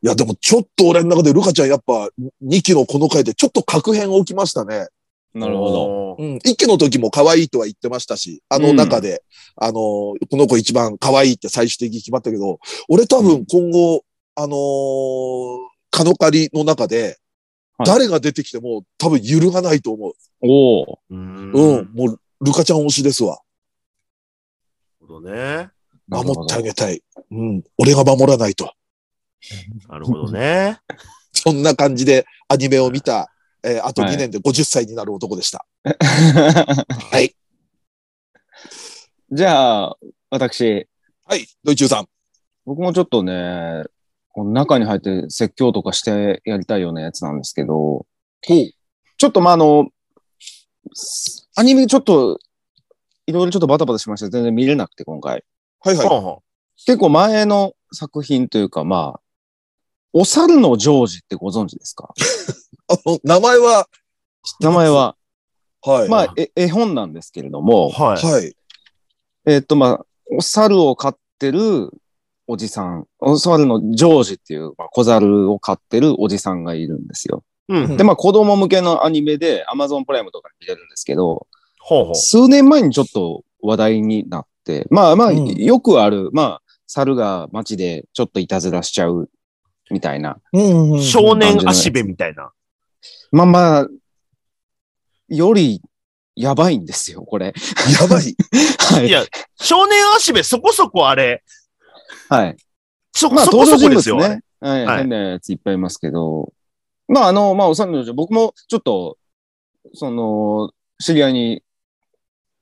Speaker 1: いや、でもちょっと俺の中でルカちゃんやっぱ2期のこの回でちょっと確変起きましたね。
Speaker 2: なるほど。
Speaker 3: ど。
Speaker 1: うん。1期の時も可愛いとは言ってましたし、あの中で、あの、この子一番可愛いって最終的に決まったけど、俺多分今後、あのーカノカリの中で、
Speaker 2: はい
Speaker 1: 誰が出てきても多分揺るがないと思う。
Speaker 2: おお。
Speaker 3: うー
Speaker 1: う
Speaker 3: ん。
Speaker 1: ん。
Speaker 3: なる
Speaker 1: もう、ルカちゃん推しですわ。
Speaker 3: ほどね。
Speaker 1: 守ってあげたい。うん。俺が守らないと。
Speaker 3: なるほどね。
Speaker 1: そんな感じでアニメを見た、えーあと
Speaker 2: はい
Speaker 1: 2年で50歳になる男でした。。
Speaker 2: はい じゃあ、私、
Speaker 1: はい。ドイチューさん。
Speaker 2: 僕もちょっとね、この中に入って説教とかしてやりたいようなやつなんですけど、
Speaker 1: ほう。
Speaker 2: ちょっとまあ、あの、アニメちょっと、いろいろちょっとバタバタしました。全然見れなくて、今回。
Speaker 1: はいはい。
Speaker 3: ほんほん
Speaker 2: 結構前の作品というか、まあ、お猿のジョージってご存知ですか
Speaker 1: あの、名前は、
Speaker 2: 名前は、
Speaker 1: はい。
Speaker 2: まあ、え絵本なんですけれども、
Speaker 3: はい。
Speaker 1: はい。
Speaker 2: えっ、と、まあ、お猿を飼ってるおじさん、お猿のジョージっていう、まあ、小猿を飼ってるおじさんがいるんですよ。
Speaker 3: うん。
Speaker 2: で、まあ、子供向けのアニメで Amazon プライムとかで見れるんですけど、
Speaker 3: ほうほう。
Speaker 2: 数年前にちょっと話題になって、まあまあ、
Speaker 1: うん
Speaker 2: よくある、まあ、猿が街でちょっといたずらしちゃうみたいな。
Speaker 1: うんうんうん
Speaker 3: 少年足部みたいな。
Speaker 2: まあまあ、よりやばいんですよ、これ。
Speaker 1: やば い。
Speaker 2: はいい。
Speaker 3: や、少年足部そこそこあれ、
Speaker 2: はい。
Speaker 3: そ、
Speaker 2: まあ、
Speaker 3: そこ
Speaker 2: 登場
Speaker 3: そこ
Speaker 2: 人
Speaker 3: ですよ。
Speaker 2: 物
Speaker 3: ね
Speaker 2: ね。。はい。
Speaker 3: はい
Speaker 2: 変なやついっぱいいますけど。まあ、あの、まあ、おさんの僕もちょっと、その、知り合いに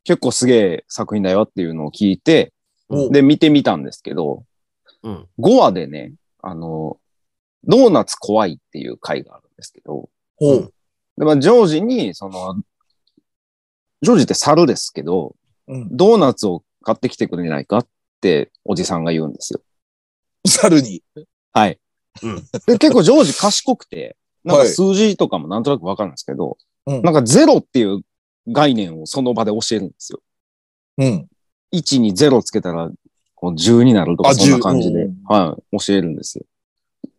Speaker 2: 結構すげえ作品だよっていうのを聞いて、
Speaker 1: お
Speaker 2: で、見てみたんですけど、
Speaker 3: うん。
Speaker 2: 5話でね、あの、ドーナツ怖いっていう回があるんですけど、
Speaker 1: ほう。
Speaker 2: で、まあ、ジョージに、その、ジョージって猿ですけど、
Speaker 1: うん。
Speaker 2: ドーナツを買ってきてくれないかっておじさんが言うんですよ。
Speaker 1: 猿に。
Speaker 2: はい。
Speaker 3: うん
Speaker 2: で、結構ジョージ賢くて、なん
Speaker 1: は
Speaker 2: か
Speaker 1: い
Speaker 2: 数字とかもなんとなくわかるんですけど、
Speaker 1: うん
Speaker 2: なんかゼロっていう概念をその場で教えるんですよ。
Speaker 1: うん。
Speaker 2: 1にゼロつけたら、こう10になると
Speaker 1: あ
Speaker 2: か、そんな感じ
Speaker 1: 10
Speaker 2: で
Speaker 1: うん、
Speaker 2: はい、教えるんですよ。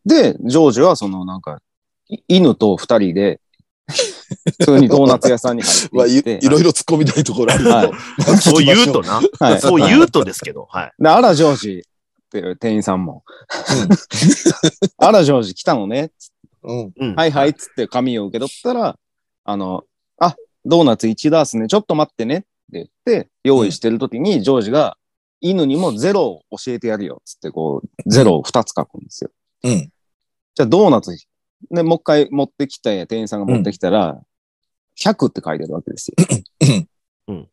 Speaker 2: で、ジョージはそのなんか、い犬と二人で、 普通にドーナツ屋さんに
Speaker 1: まあ、
Speaker 2: 入
Speaker 1: い
Speaker 2: っていっ て
Speaker 1: い、ろいろ突っ込みたいところあるけど。
Speaker 2: はい
Speaker 1: まあ
Speaker 3: そう言うと。な。
Speaker 2: はい
Speaker 3: そう言うとですけど、はい。
Speaker 2: で、あら、ジョージっていう店員さんも、 あら、ジョージ来たのね
Speaker 1: 聞き
Speaker 3: うん。
Speaker 2: はいはいっつって紙を受け取ったら、あの、あ、ドーナツ1ダースね、ちょっと待ってねって言って、用意してる時にジョージが、犬にもゼロを教えてやるよっつって、こう、ゼロを2つ書くんですよ。
Speaker 1: うん
Speaker 2: じゃあドーナツ、ね、もう一回持ってきて、店員さんが持ってきたら、100って書いてあるわけですよ。
Speaker 3: う
Speaker 1: うん
Speaker 3: ん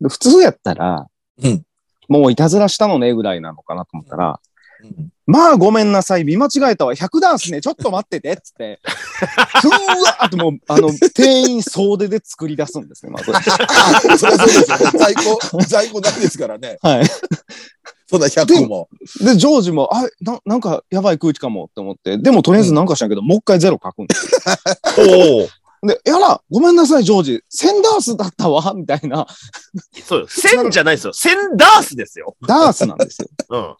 Speaker 2: で普通やったら、
Speaker 1: うん
Speaker 2: もういたずらしたのねぐらいなのかなと思ったら、
Speaker 1: うん
Speaker 2: まあごめんなさい、見間違えたわ、100ダンスね、ちょっと待ってて、つって、ふわーっともう、あの、店員総出で作り出すんですね、まず。は
Speaker 1: あそりゃそうですよ。 在庫、在庫ないですからね。
Speaker 2: い。
Speaker 1: そんな100も。
Speaker 2: で、ジョージも、あ、ななんかやばい空気かもって思って、でもとりあえずなんかしないけど、もう一回ゼロ書くんです。
Speaker 3: おお。
Speaker 2: で、やら、ごめんなさい、ジョージ、センダースだったわ、みたいな、
Speaker 3: そうよ。線じゃないですよ。線ダースですよ。
Speaker 2: ダースなんですよ。
Speaker 3: うん。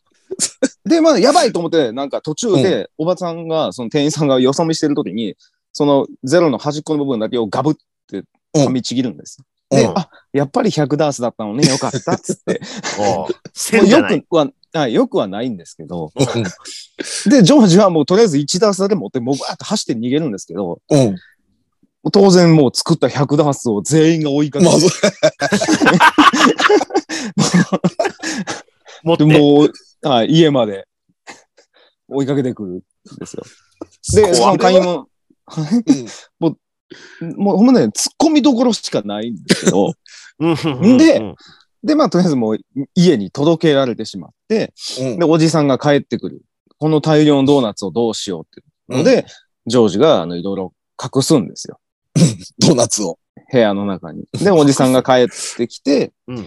Speaker 2: で、まあ、やばいと思って、なんか途中で、おばちゃんが、その店員さんがよそ見してる時に、そのゼロの端っこの部分だけをガブって噛みちぎるんです。
Speaker 1: うん
Speaker 2: で、
Speaker 3: うん
Speaker 2: あ、やっぱり100ダースだったのね、よかった、つって。
Speaker 3: おう
Speaker 2: も
Speaker 3: 線
Speaker 2: う
Speaker 3: じゃ
Speaker 2: よ
Speaker 3: ない。
Speaker 2: くは、はいよくはないんですけど、
Speaker 1: うん
Speaker 2: で、ジョージはもうとりあえず1ダースだけ持って、もうバーって走って逃げるんですけど、
Speaker 1: うん。
Speaker 2: 当然もう作った100ダースを全員が追いかけ
Speaker 1: まあ、
Speaker 2: て、
Speaker 1: そ
Speaker 3: 持って。
Speaker 2: もう、はい家まで 追いかけてくるんですよ。で、そ
Speaker 3: 怖
Speaker 2: の
Speaker 3: い
Speaker 2: 会員も、
Speaker 1: うん
Speaker 2: もうほんまね、突っ込みどころしかないんですけ ど、
Speaker 3: うんうんうん
Speaker 2: で
Speaker 3: うん
Speaker 2: で、まあとりあえずもう家に届けられてしまって、
Speaker 1: うん
Speaker 2: で、おじさんが帰ってくる。この大量のドーナツをどうしようっていうので、ジョージがあのいろいろ隠すんですよ。
Speaker 1: ドーナツを。
Speaker 2: 部屋の中に。で、おじさんが帰ってきて、
Speaker 3: うん。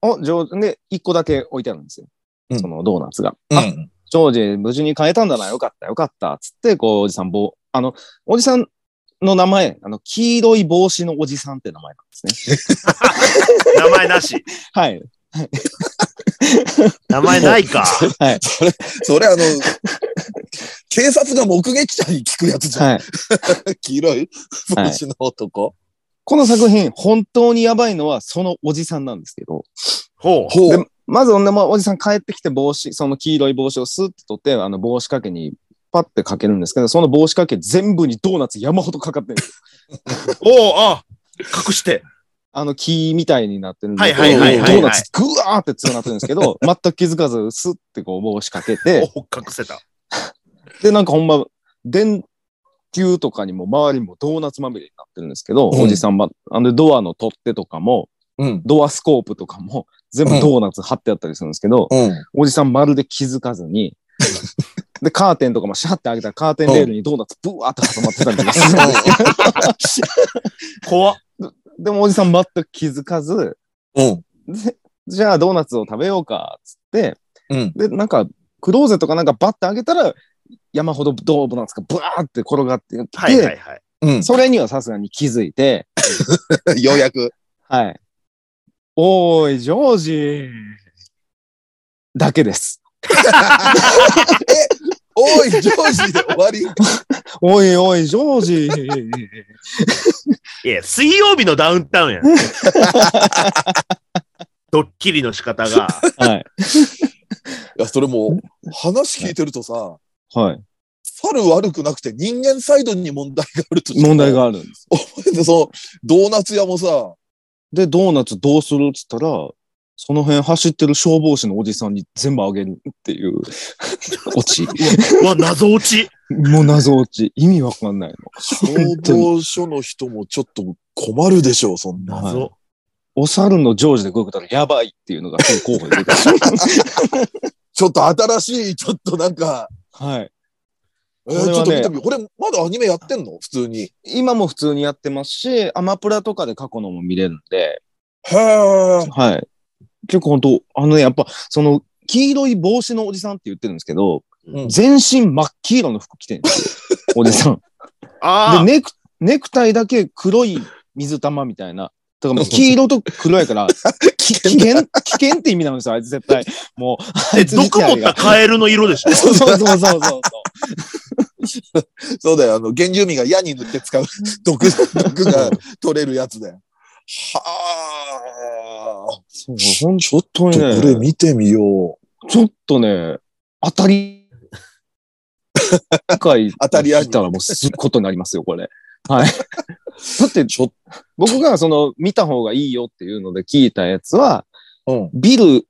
Speaker 2: お、ジョージ、で、1個だけ置いてあるんですよ
Speaker 1: う。ん
Speaker 2: そのドーナツが。
Speaker 1: う
Speaker 2: あ
Speaker 1: ん。
Speaker 2: ジョージ、無事に変えたんだな、よかった、よかった、つって、こう、おじさん、ぼうあの、おじさんの名前、あの、黄色い帽子のおじさんって名前なんですね。
Speaker 3: 名前なし。
Speaker 2: はい。
Speaker 3: 名前ないか。
Speaker 2: はい。
Speaker 1: それあの、警察が目撃者に聞くやつじゃん。
Speaker 2: はい。
Speaker 1: 黄色い帽子の男。
Speaker 2: この作品、本当にやばいのは、そのおじさんなんですけど、
Speaker 3: ほう。
Speaker 1: ほ
Speaker 2: で
Speaker 1: う。
Speaker 2: まず、ほんでもうおじさん帰ってきて帽子、その黄色い帽子をスーッと取って、あの、帽子掛けに、パッてかけるんですけど、その帽子掛け全部にドーナツ山ほどかかってるんです。
Speaker 3: おうあ隠して。
Speaker 2: あの、木みたいになってるんで、
Speaker 3: はい
Speaker 1: はいはいはいはい
Speaker 2: ドーナツぐわーって強なってるんですけど、全く気づかず、スッてこう帽子掛けて、
Speaker 3: おう隠せた。
Speaker 2: で、なんかほんま、電球とかにも周りもドーナツまみれになってるんですけど、
Speaker 1: うん
Speaker 2: おじさんば、あのドアの取っ手とかも、
Speaker 1: うん。
Speaker 2: ドアスコープとかも、全部ドーナツ貼ってあったりするんですけど、
Speaker 1: うん。
Speaker 2: おじさんまるで気づかずに、で、カーテンとかもシャッて開けたらカーテンレールにドーナツブワーって挟まってたりとかする んですよ
Speaker 3: 怖っ。
Speaker 2: でもおじさん全く気づかず、
Speaker 1: うん。
Speaker 2: でじゃあドーナツを食べようか、つって、
Speaker 1: うん
Speaker 2: で、なんか、クローゼットかなんかバッて開けたら、山ほどドーナツがブワーって転がってきて、
Speaker 3: はいはいはい。
Speaker 1: うん。
Speaker 2: それにはさすがに気づいて、
Speaker 1: ようやく。
Speaker 2: はい。おーい、ジョージだけです。
Speaker 1: おい、ジョージで終わり。
Speaker 2: おいおい、ジョージ
Speaker 3: いや、水曜日のダウンタウンやん。 ドッキリの仕方が。
Speaker 2: はい。
Speaker 1: いや、それもう、話聞いてるとさ、
Speaker 2: はい。
Speaker 1: 猿悪くなくて人間サイドに問題があると
Speaker 2: 問題。があるんです。
Speaker 1: で、 その、ドーナツ屋もさ、
Speaker 2: で、ドーナツどうするっつったら、その辺走ってる消防士のおじさんに全部あげるっていうオチ。
Speaker 3: うわ、謎落ち。
Speaker 2: もう謎オチ。意味わかんないの。
Speaker 1: 消防署の人もちょっと困るでしょう、そ んな。
Speaker 2: はい
Speaker 3: 謎。
Speaker 2: お猿のジョージでこういうことらやばいっていうのがすごい候補に出てきた
Speaker 1: ちょっと新しい、ちょっとなんか、
Speaker 2: はい。
Speaker 1: えー
Speaker 2: これはね
Speaker 1: ちょっと見てみよう。これ、まだアニメやってんの普通に。
Speaker 2: 今も普通にやってますし、アマプラとかで過去のも見れるんで、
Speaker 1: へー。
Speaker 2: はい。結構本当あのね、やっぱ、その、黄色い帽子のおじさんって言ってるんですけど、
Speaker 1: うん
Speaker 2: 全身真っ黄色の服着てるんです よ、おじさん。
Speaker 3: あ
Speaker 2: で
Speaker 3: あ、
Speaker 2: ネク、ネクタイだけ黒い水玉みたいな。だからもう黄色と黒 やから、
Speaker 1: 危
Speaker 2: 危
Speaker 1: 険だ。
Speaker 2: 険、危険って意味なんですよ、あいつ絶対。もう、あ
Speaker 3: え、
Speaker 2: いつ
Speaker 3: どこ持ったカエルの色でしょ
Speaker 2: そうそうそう そうそう。
Speaker 1: そうだよ、あの、原住民が矢に塗って使 う毒、毒が取れるやつだよ。は
Speaker 2: そう、ほん
Speaker 1: ちょっ
Speaker 2: と
Speaker 1: ー。
Speaker 2: に
Speaker 1: ちょっとこれ
Speaker 2: ね、
Speaker 1: 見てみよう。
Speaker 2: ちょっとね、当た り、回
Speaker 1: 当たり合い
Speaker 2: 来たらもうすることになりますよ、これ。はい。だって、
Speaker 1: ちょっ
Speaker 2: 僕がその見た方がいいよっていうので聞いたやつは、
Speaker 1: うん。
Speaker 2: ビル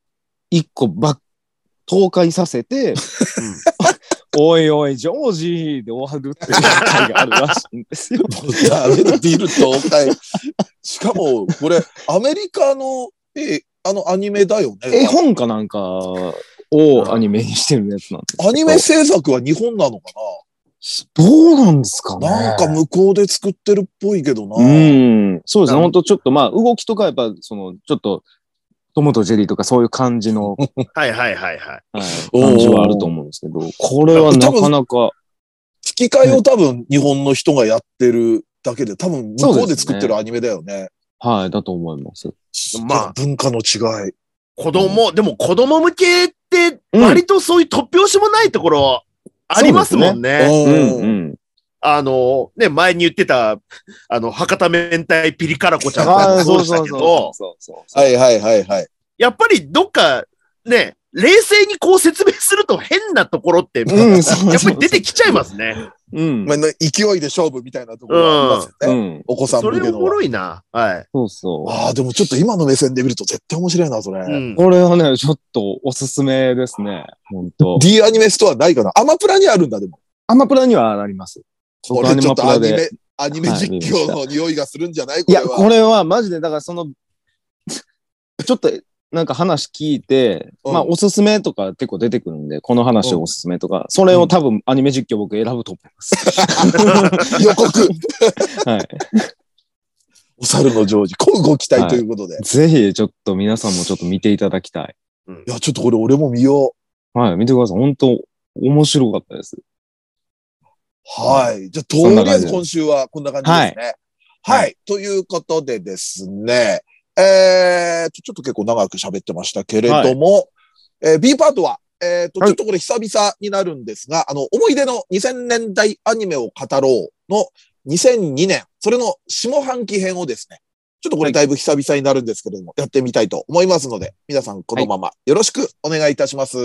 Speaker 2: 一個ば倒壊させて、 おいおい、ジョージーで終わるっていう回があるらしいん ですよ。
Speaker 1: もうダメだ、ビル倒壊。しかも、これ、アメリカの、え、あのアニメだよ
Speaker 2: 絵
Speaker 1: ね。
Speaker 2: 本かなんかをアニメにしてるやつなんですけど
Speaker 1: アニメ制作は日本なのか
Speaker 2: どうなんですかね
Speaker 1: ななんか向こうで作ってるっぽいけどな。
Speaker 2: うん。そうです
Speaker 3: な
Speaker 2: ね。
Speaker 3: ん
Speaker 2: 本当ちょっとまあ、動きとかやっぱ、その、ちょっと、トムとジェリーとかそういう感じの、は
Speaker 3: は
Speaker 2: い
Speaker 3: いはいはいはい。
Speaker 2: 感じはあると思うんですけど、これはなかなか、
Speaker 1: 吹き替えを多分日本の人がやってるだけで、多分向こうで作ってるアニメだよね。
Speaker 2: はい、だと思います。
Speaker 3: まあ
Speaker 1: 文化の違い。
Speaker 3: 子供、でも子供向けって、割とそういう突拍子もないところ、ありますもんね。
Speaker 2: うん
Speaker 1: う。
Speaker 2: うんん。
Speaker 3: あの、ね、前に言ってた、あの、博多明太ピリ辛子ちゃんとかも
Speaker 2: ああ、
Speaker 3: そう
Speaker 2: そ
Speaker 3: でした
Speaker 2: うそう
Speaker 3: け
Speaker 2: そ
Speaker 3: ど
Speaker 2: う、そうそう。
Speaker 1: はいはいはいはい。
Speaker 3: やっぱりどっか、ね、冷静にこう説明すると変なところって、やっ
Speaker 2: うん、そう
Speaker 3: ぱり出てきちゃいます ね。
Speaker 2: うん
Speaker 1: ま。あ、勢いで勝負みたいなところがありますよね。
Speaker 2: うん。
Speaker 1: お子さん
Speaker 3: そ
Speaker 1: 向
Speaker 3: れ
Speaker 1: け
Speaker 3: お
Speaker 1: の
Speaker 3: も
Speaker 1: は。
Speaker 3: ろいな。はい。
Speaker 2: そうそう。
Speaker 1: ああ、でもちょっと今の目線で見ると絶対面白いな、それ。
Speaker 3: うん。
Speaker 2: これはね、ちょっとおすすめですね。本当。
Speaker 1: D アニメストアないかなアマプラにあるんだ、でも。
Speaker 2: アマプラにはなります。
Speaker 1: こ
Speaker 2: 僕ア
Speaker 1: れ
Speaker 2: ニ
Speaker 1: ちょ
Speaker 2: マ
Speaker 1: っ
Speaker 2: プ
Speaker 1: とア
Speaker 2: ラ
Speaker 1: ニメ
Speaker 2: で。、
Speaker 1: アニメ
Speaker 2: はい
Speaker 1: 実
Speaker 2: 見ま
Speaker 1: 況
Speaker 2: した
Speaker 1: の匂いがするんじゃないこ
Speaker 2: い
Speaker 1: れ
Speaker 2: や、
Speaker 1: は。
Speaker 2: これはマジで、だからその、 ちょっと、なんか話聞いて、
Speaker 1: うん
Speaker 2: まあ、おすすめとか結構出てくるんで、この話おすすめとか、それを多分アニメ実況僕選ぶと思います。
Speaker 1: 予告。
Speaker 2: はい。
Speaker 1: お猿のジョージ、今後期待ということで。い
Speaker 2: ぜひ、ちょっと皆さんもちょっと見ていただきたい。
Speaker 1: や、ちょっとこれ俺も見よう。
Speaker 2: はい、見てください。本当面白かったです。
Speaker 1: はい。じゃあ、と
Speaker 2: そん
Speaker 1: り
Speaker 2: な
Speaker 1: あえ
Speaker 2: 感じ
Speaker 1: ず
Speaker 2: で
Speaker 1: 今週はこんな感じですね。はい。
Speaker 2: はい
Speaker 1: ということでですね、えーと、ちょっと結構長く喋ってましたけれども、えー B パートは、えーと、
Speaker 2: はい
Speaker 1: ちょっとこれ久々になるんですが、あの、思い出の2000年代アニメを語ろうの2002年、それの下半期編をですね、ちょっとこれだいぶ久々になるんですけれども、やってみたいと思いますので、皆さんこのままよろしくお願いいたします。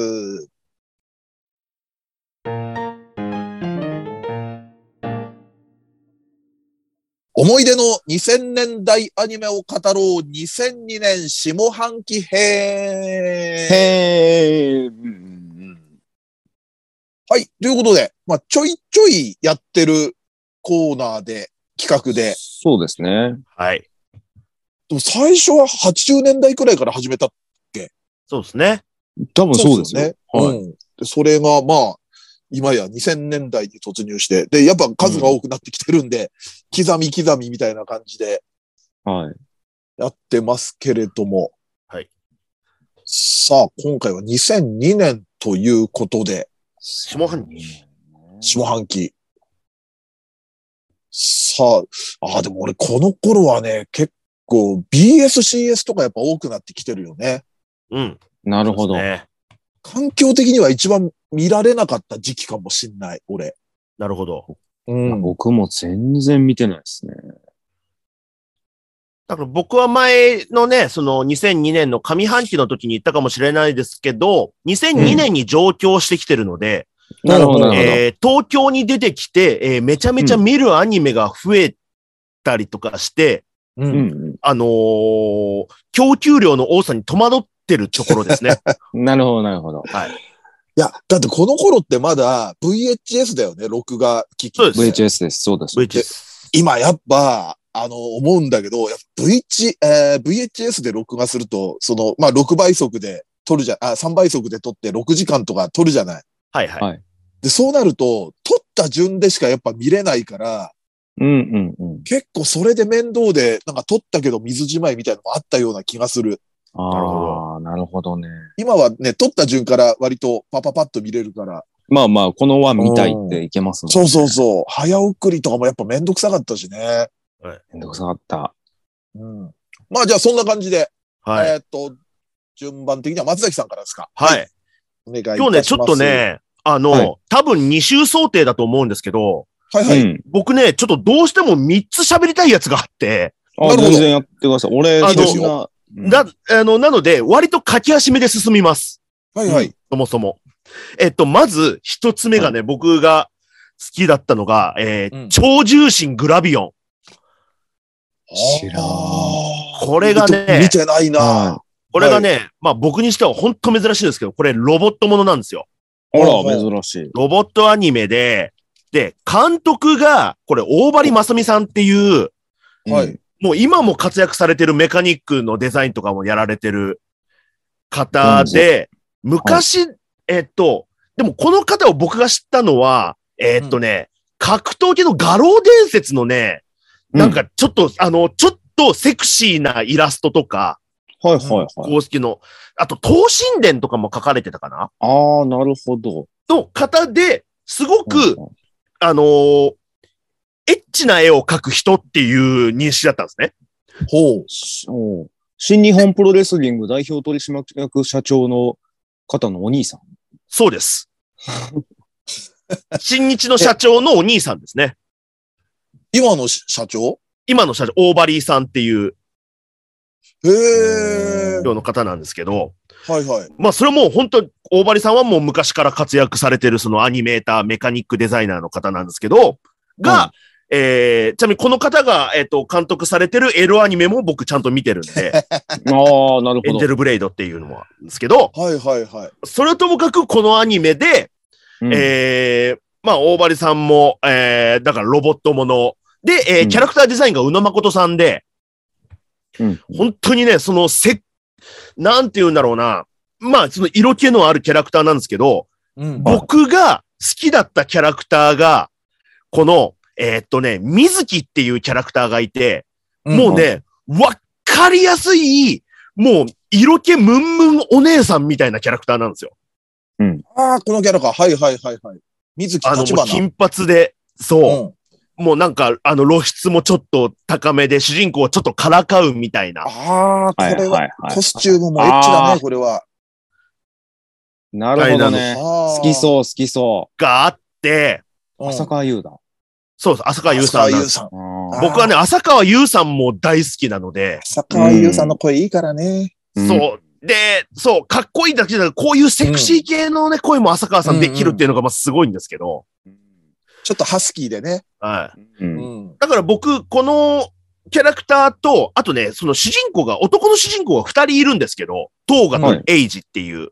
Speaker 1: 思い出の2000年代アニメを語ろう2002年下半期編。
Speaker 2: へー。うん
Speaker 1: はい。ということで、まあ、ちょいちょいやってるコーナーで、企画で。
Speaker 2: そうですね。
Speaker 3: はい。
Speaker 1: でも最初は80年代くらいから始めた。
Speaker 3: そうですね。
Speaker 2: 多分そうですよ。
Speaker 1: ね。
Speaker 2: はい
Speaker 1: うん。でそれが、まあ、今や2000年代に突入して、で、やっぱ数が多くなってきてるんで、刻み刻みみたいな感じで
Speaker 2: はい。
Speaker 1: やってますけれども。
Speaker 3: はい。
Speaker 1: さあ、今回は2002年ということで、
Speaker 2: 下
Speaker 3: 半期。
Speaker 1: 下半期。さあ、ああ、でも俺この頃はね、結構 BSCS とかやっぱ多くなってきてるよね。
Speaker 3: うん。
Speaker 2: なるほど。
Speaker 3: そう
Speaker 2: は
Speaker 3: ですね
Speaker 1: 環境的には一番見られなかった時期かもしんない、俺。
Speaker 3: なるほど。
Speaker 1: う
Speaker 2: い
Speaker 1: ん。
Speaker 2: 僕も全然見てないですね。
Speaker 3: だから僕は前のね、その2002年の上半期の時に言ったかもしれないですけど、2002年に上京してきてるので、
Speaker 1: なるほど
Speaker 2: なるほど。
Speaker 3: えー東京に出てきて、えーめちゃめちゃ見るアニメが増えたりとかして、
Speaker 1: う。
Speaker 2: うんん
Speaker 3: あのー供給量の多さに戸惑ってるところですね。
Speaker 2: うん。なるほど、なるほど。
Speaker 1: いや、だってこの頃ってまだ VHS だよね、録画機器。
Speaker 3: そうです
Speaker 2: VHS です。そうです。
Speaker 3: VHS。
Speaker 1: 今やっぱ、あの、思うんだけど、やっぱ VH、えー VHS で録画すると、その、まあ、6倍速で撮るじゃ、あ、3倍速で撮って6時間とか撮るじゃない。
Speaker 3: はいはい。
Speaker 2: はい
Speaker 1: で、そうなると、取った順でしかやっぱ見れないから、
Speaker 2: うんうんうん。
Speaker 1: 結構それで面倒で、なんか取ったけど水じまいみたいなのもあったような気がする。
Speaker 3: なるほ
Speaker 2: ああ、なるほどね。
Speaker 1: 今はね、取った順から割とパパパッと見れるから。
Speaker 2: まあまあ、この輪見たいっていけますもんね
Speaker 1: そうそうそう。早送りとかもやっぱめんどくさかったしね。
Speaker 2: めんどくさかった。
Speaker 1: うん。まあじゃあそんな感じで、
Speaker 3: はい。
Speaker 1: えーっと、順番的には松崎さんからですか。
Speaker 3: はい。
Speaker 1: お願いいたします。
Speaker 3: 今日ね、ちょっと。ね、あの、
Speaker 2: はい
Speaker 3: 多分2週想定だと思うんですけど、
Speaker 1: はいうはい。
Speaker 2: ん。
Speaker 3: 僕ね、ちょっとどうしても3つ喋りたいやつがあって、
Speaker 1: な
Speaker 2: あ
Speaker 1: るほど
Speaker 2: 全然やってください。俺、
Speaker 3: あの
Speaker 2: そんなうん
Speaker 3: な、あの、なので、割と駆け足目で進みます。
Speaker 1: はいはい。
Speaker 3: そもそも。えっと、まず、一つ目がね、僕が好きだったのが、えー
Speaker 1: うん
Speaker 3: 超重心グラビオン。
Speaker 2: 知らん
Speaker 1: あー
Speaker 3: これがね
Speaker 1: 見てないな
Speaker 2: は。
Speaker 3: これがね、まあ僕にしては本当珍しいですけど、これロボットものなんですよ。
Speaker 2: あら、珍しい。
Speaker 3: ロボットアニメで、で、監督が、これ大張正美さんっていう、
Speaker 1: はい
Speaker 2: うん。
Speaker 3: もう今も活躍されてるメカニックのデザインとかもやられてる方で、昔、えっと、でもこの方を僕が知ったのは、えっとね、格闘技の画廊伝説のね、なんかちょっと、あの、ちょっとセクシーなイラストとか、
Speaker 2: はいはいはい。
Speaker 3: 公式の、あと、東神殿とかも書かれてたかな
Speaker 2: ああ、なるほど。
Speaker 3: の方で、すご
Speaker 2: うん
Speaker 3: く、あのーエッチな絵を描く人っていう認識だったんですね。
Speaker 1: ほう。
Speaker 2: しおう新日本プロレスリング代表取締役社長の方のお兄さん。
Speaker 3: そうです。新日の社長のお兄さんですね。
Speaker 1: 今のし社長
Speaker 3: 今の社長、オーバリーさんっていう
Speaker 1: へえ。
Speaker 3: ような方なんですけど、
Speaker 1: はいはい。
Speaker 3: まあそれはもう本当に、大張さんはもう昔から活躍されてるそのアニメーター、メカニックデザイナーの方なんですけど、が、えー、ちなみにこの方が、えっ、と、監督されてるエロアニメも僕ちゃんと見てるんで、
Speaker 2: ああ、な
Speaker 3: エ
Speaker 2: る
Speaker 3: ン
Speaker 2: ほ
Speaker 3: ジェ
Speaker 2: ど。
Speaker 3: ルブレイドっていうのもあるんですけど、
Speaker 1: はいはいはい。
Speaker 3: それともかくこのアニメで、
Speaker 2: うん
Speaker 3: えー、まあ大張さんも、えー、だからロボットもの、で、えー
Speaker 2: うん
Speaker 3: キャラクターデザインが宇野誠さんで、
Speaker 2: うん
Speaker 3: 本当にね、そのせ、なんて言うんだろうな、まあその色気のあるキャラクターなんですけど、
Speaker 1: うん
Speaker 2: はい
Speaker 3: 僕が好きだったキャラクターが、この、えーっとね、水木っていうキャラクターがいて、もうね、わっかりやすい、もう色気ムンムンお姉さんみたいなキャラクターなんですよ。
Speaker 1: ああ、このキャラか。はいはいはいはい。水木
Speaker 3: あの、
Speaker 1: 立
Speaker 3: もう
Speaker 1: 花。
Speaker 3: 金髪で、そう、
Speaker 1: うん
Speaker 3: もうなんか、あの、露出もちょっと高めで、主人公をちょっとからかうみたいな。
Speaker 1: ああ、こ
Speaker 2: はい
Speaker 1: れ
Speaker 2: は
Speaker 1: は、
Speaker 2: いはい。
Speaker 1: コスチュームもエッチだ
Speaker 2: あ
Speaker 1: ね、
Speaker 2: ー
Speaker 1: これは。
Speaker 2: なるほどね。好
Speaker 1: 好
Speaker 2: きそう、好きそ
Speaker 3: があって、
Speaker 1: う
Speaker 2: う。
Speaker 1: ん。
Speaker 2: 浅川優だ。
Speaker 3: そうです、浅川優
Speaker 1: 浅
Speaker 3: さ
Speaker 1: 川
Speaker 3: んなん
Speaker 1: 優
Speaker 3: です。
Speaker 1: さん。
Speaker 2: あ
Speaker 1: あ
Speaker 2: ー
Speaker 3: 僕はね、浅川優さんも大好きなので、
Speaker 1: 浅川優さんの声いいからね。
Speaker 2: うん
Speaker 3: そう。で、そう、かっこいいだけじゃなく、こういうセクシー系のね、声も浅川さんできるっていうのが、まあ、すごいんですけど、
Speaker 1: ちょっとハスキーでね。
Speaker 3: はい。
Speaker 2: う。
Speaker 1: うんん。
Speaker 3: だから僕、このキャラクターと、あとね、その主人公が、男の主人公が二人いるんですけど、東
Speaker 2: は
Speaker 3: 賀
Speaker 2: い
Speaker 3: とエイジっていう、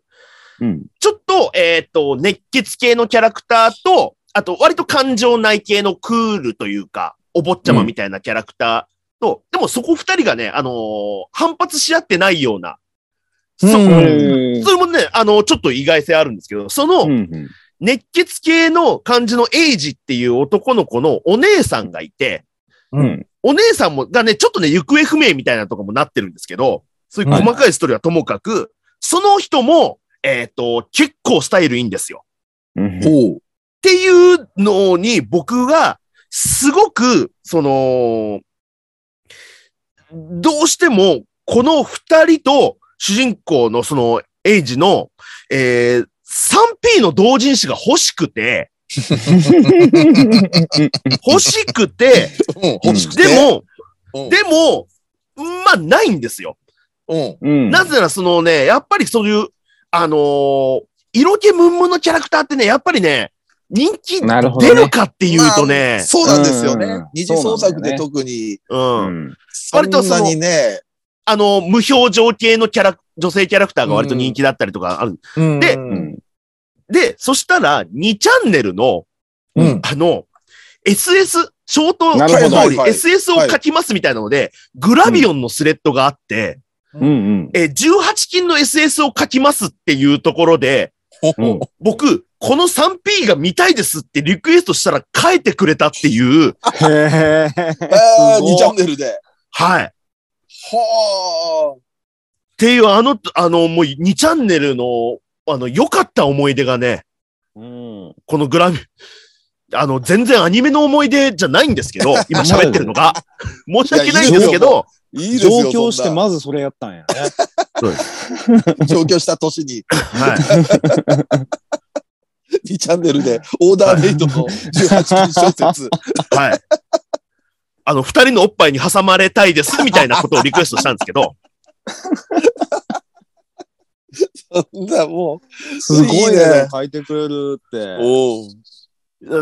Speaker 2: うん。
Speaker 3: ちょっと、えっ、と、熱血系のキャラクターと、あと、割と感情内系のクールというか、お坊ちゃまみたいなキャラクターと、でもそこ二人がね、あのー反発し合ってないような、そ、
Speaker 1: うん
Speaker 2: うん
Speaker 3: それもね、あの、ちょっと意外性あるんですけど、その、
Speaker 2: うん
Speaker 3: 熱血系の感じのエイジっていう男の子のお姉さんがいて、
Speaker 1: う
Speaker 2: うんん。
Speaker 3: お姉さんも、がね、ちょっとね、行方不明みたいなとかもなってるんですけど、そういう細かいストーリーはともかく、その人も、えっ、と、結構スタイルいいんですよ。
Speaker 2: うん
Speaker 1: ほう。
Speaker 3: っていうのに僕がすごく、その、どうしてもこの二人と主人公のそのエイジの、えー、3P の同人誌が欲しく て、欲しくて、
Speaker 1: うん。欲しくて。
Speaker 3: でも、
Speaker 1: うん、
Speaker 3: でも、まあないんですよ。
Speaker 1: うん。
Speaker 2: うん
Speaker 3: なぜならそのね、やっぱりそういう、あのー色気ムンムンのキャラクターってね、やっぱりね、人気
Speaker 2: なるほど
Speaker 3: 出
Speaker 2: ね
Speaker 3: るかっていうとね、
Speaker 1: そうなんですよ
Speaker 2: う
Speaker 1: ね
Speaker 2: ん。
Speaker 1: 二次創作で特に、
Speaker 3: うん
Speaker 2: うん
Speaker 1: そ
Speaker 3: 割と
Speaker 1: ん
Speaker 3: その
Speaker 1: なにね。
Speaker 3: あの、無表情系のキャラ、女性キャラクターが割と人気だったりとかある。で
Speaker 1: う
Speaker 2: うんん
Speaker 3: で、そしたら、2チャンネルの、
Speaker 1: うん。
Speaker 3: あの、SS、ショート
Speaker 2: なるほど
Speaker 3: カテゴリー
Speaker 1: はいはい
Speaker 3: SS を書きますみたいなので、グラビオンのスレッドがあって、
Speaker 2: うん
Speaker 3: えー18金の SS を書きますっていうところで、
Speaker 1: ほ
Speaker 2: うん
Speaker 1: ほ
Speaker 3: 僕、この 3P が見たいですってリクエストしたら書いてくれたっていう、
Speaker 2: へ
Speaker 1: えー、
Speaker 2: すごい
Speaker 1: 2チャンネルで。
Speaker 3: はい。っ
Speaker 1: は
Speaker 3: ていう、あの、あの、もう2チャンネルの、あの、良かった思い出がね、
Speaker 2: ー
Speaker 3: このグラミ、あの、全然アニメの思い出じゃないんですけ ど、今喋ってるのが。申し訳ないんですけど、
Speaker 1: あ。いいですよ。
Speaker 2: 上京して
Speaker 1: そんな
Speaker 2: まずそれやったんやね。
Speaker 1: 上京した年に
Speaker 3: はい。
Speaker 1: 2チャンネルでオーダーメイドの18禁小説。
Speaker 3: はい。あの、二人のおっぱいに挟まれたい です、みたいなことをリクエストしたんですけど、
Speaker 1: そんなもう。
Speaker 2: すごい
Speaker 1: いい
Speaker 2: ね
Speaker 1: ね。
Speaker 2: 書いてくれるって。
Speaker 1: おう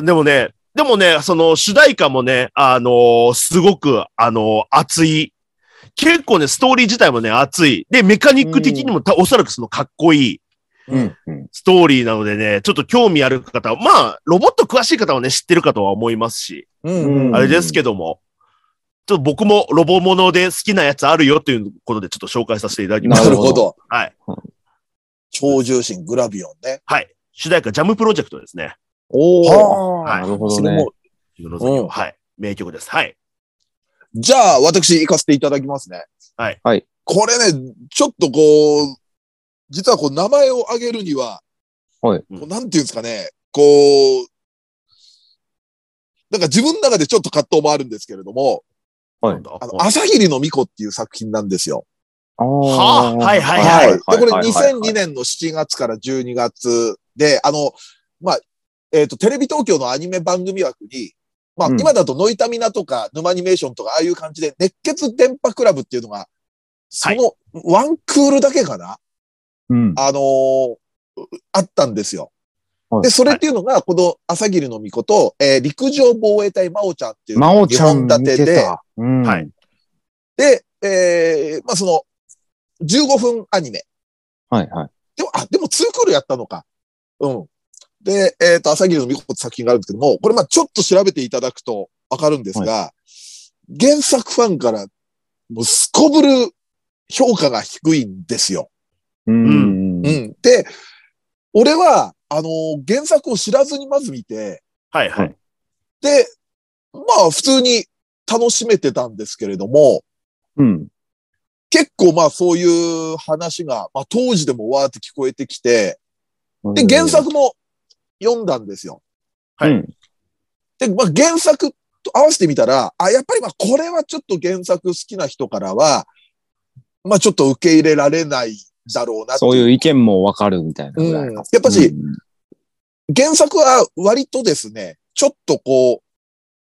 Speaker 3: でもね、でもね、その主題歌もね、あのすごく、あの熱い。結構ね、ストーリー自体もね、熱い。で、メカニック的にもた、おそらくそのかっこいい。
Speaker 2: うんうん
Speaker 3: ストーリーなのでね、ちょっと興味ある方は、まあ、ロボット詳しい方はね、知ってるかとは思いますし、
Speaker 1: うん
Speaker 2: うん
Speaker 3: あれですけども、ちょっと僕もロボもので好きなやつあるよということでちょっと紹介させていただきま
Speaker 1: な
Speaker 3: す。
Speaker 1: るほど。
Speaker 3: はい。
Speaker 1: 超重心、グラビオンね。
Speaker 3: はい。主題歌、ジャムプロジェクトですね。
Speaker 2: おお。
Speaker 1: は
Speaker 3: はい
Speaker 2: なるほ
Speaker 1: そ
Speaker 2: ど
Speaker 1: れ
Speaker 2: ね
Speaker 1: も。、
Speaker 3: 雪の崎
Speaker 1: う
Speaker 3: を
Speaker 1: ん
Speaker 3: はい。名曲です。はい。
Speaker 1: じゃあ、私行かせていただきますね。
Speaker 3: はい
Speaker 2: はい。
Speaker 1: これね、ちょっとこう、実はこう、名前を挙げるには、
Speaker 2: はい
Speaker 1: こうなんていうんですかね、こう、なんか自分の中でちょっと葛藤もあるんですけれども、
Speaker 2: はい
Speaker 3: なんだ
Speaker 1: あの、
Speaker 3: はい
Speaker 1: 朝霧の巫女っていう作品なんですよ。
Speaker 3: はあはいはいはい
Speaker 1: で、これ2002。年の7月から12月で、あの、まあ、えっ、と、テレビ東京のアニメ番組枠に、まあ、
Speaker 2: うん
Speaker 1: 今だとノイタミナとか沼アニメーションとか、ああいう感じで、熱血電波クラブっていうのが、そのワンクールだけかな、
Speaker 2: うん。
Speaker 1: あのーあったんですよ。
Speaker 2: はい
Speaker 1: で、それっていうのが、この朝霧の巫女と、えー陸上防衛隊真央ちゃんっていう、
Speaker 2: 真央ちゃん
Speaker 1: 二本
Speaker 2: 見
Speaker 1: 立て
Speaker 2: て
Speaker 1: で、
Speaker 2: た。うん
Speaker 3: はい。
Speaker 1: で、えーまあ、その、15分アニメ。
Speaker 2: はいはい。
Speaker 1: でも、あ、でもツークールやったのか。うん。で、えっ、と、朝霧のみこって作品があるんですけども、これまあちょっと調べていただくとわかるんですが、原作ファンからもうすこぶる評価が低いんですよ。
Speaker 2: うん
Speaker 1: う。ん。で、俺は、あのー原作を知らずにまず見て、
Speaker 3: はいはい。
Speaker 1: で、まあ普通に楽しめてたんですけれども、
Speaker 2: うん。
Speaker 1: 結構まあそういう話が、まあ当時でもわーって聞こえてきて、で、原作も読んだんですよ。
Speaker 3: はい
Speaker 2: うん
Speaker 1: で、まあ、原作と合わせてみたら、あ、やっぱりまあ、これはちょっと原作好きな人からは、まあ、ちょっと受け入れられないだろうなって
Speaker 2: そういう
Speaker 1: う。
Speaker 2: 意見もわかるみたいなぐらい
Speaker 1: うん
Speaker 2: の。
Speaker 1: やっぱし原作は割とですね、ちょっとこ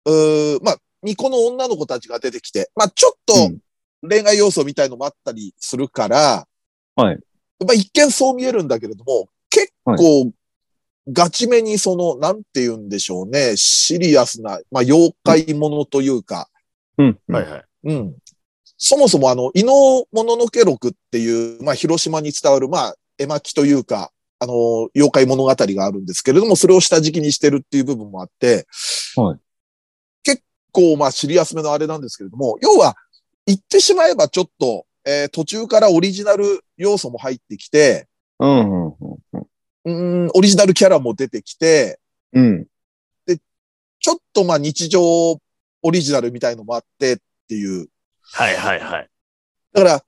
Speaker 1: う、うーまあ、巫女の女の子たちが出てきて、まあ、ちょっ
Speaker 2: う
Speaker 1: と
Speaker 2: ん
Speaker 1: 恋愛要素みたいのもあったりするから、
Speaker 2: はい。
Speaker 1: まあ、一見そう見えるんだけれども、結構、ガチめにその、なんて言うんでしょうね、シリアスな、まあ、妖怪ものというか、
Speaker 2: うん。
Speaker 3: は
Speaker 2: はいい。
Speaker 3: はい。
Speaker 1: うん。そもそもあの、伊能もののけ録っていう、まあ、広島に伝わる、まあ、絵巻というか、あの、妖怪物語があるんですけれども、それを下敷きにしてるっていう部分もあって、
Speaker 2: はい。
Speaker 1: 結構、まあ、シリアスめのあれなんですけれども、要は、言ってしまえばちょっと、えー途中からオリジナル要素も入ってきて、
Speaker 2: うん。うん
Speaker 1: うーん、オリジナルキャラも出てきて、
Speaker 2: うん。
Speaker 1: ちょっとまあ日常オリジナルみたいのもあってっていう、
Speaker 3: はいはいはい。
Speaker 1: だから、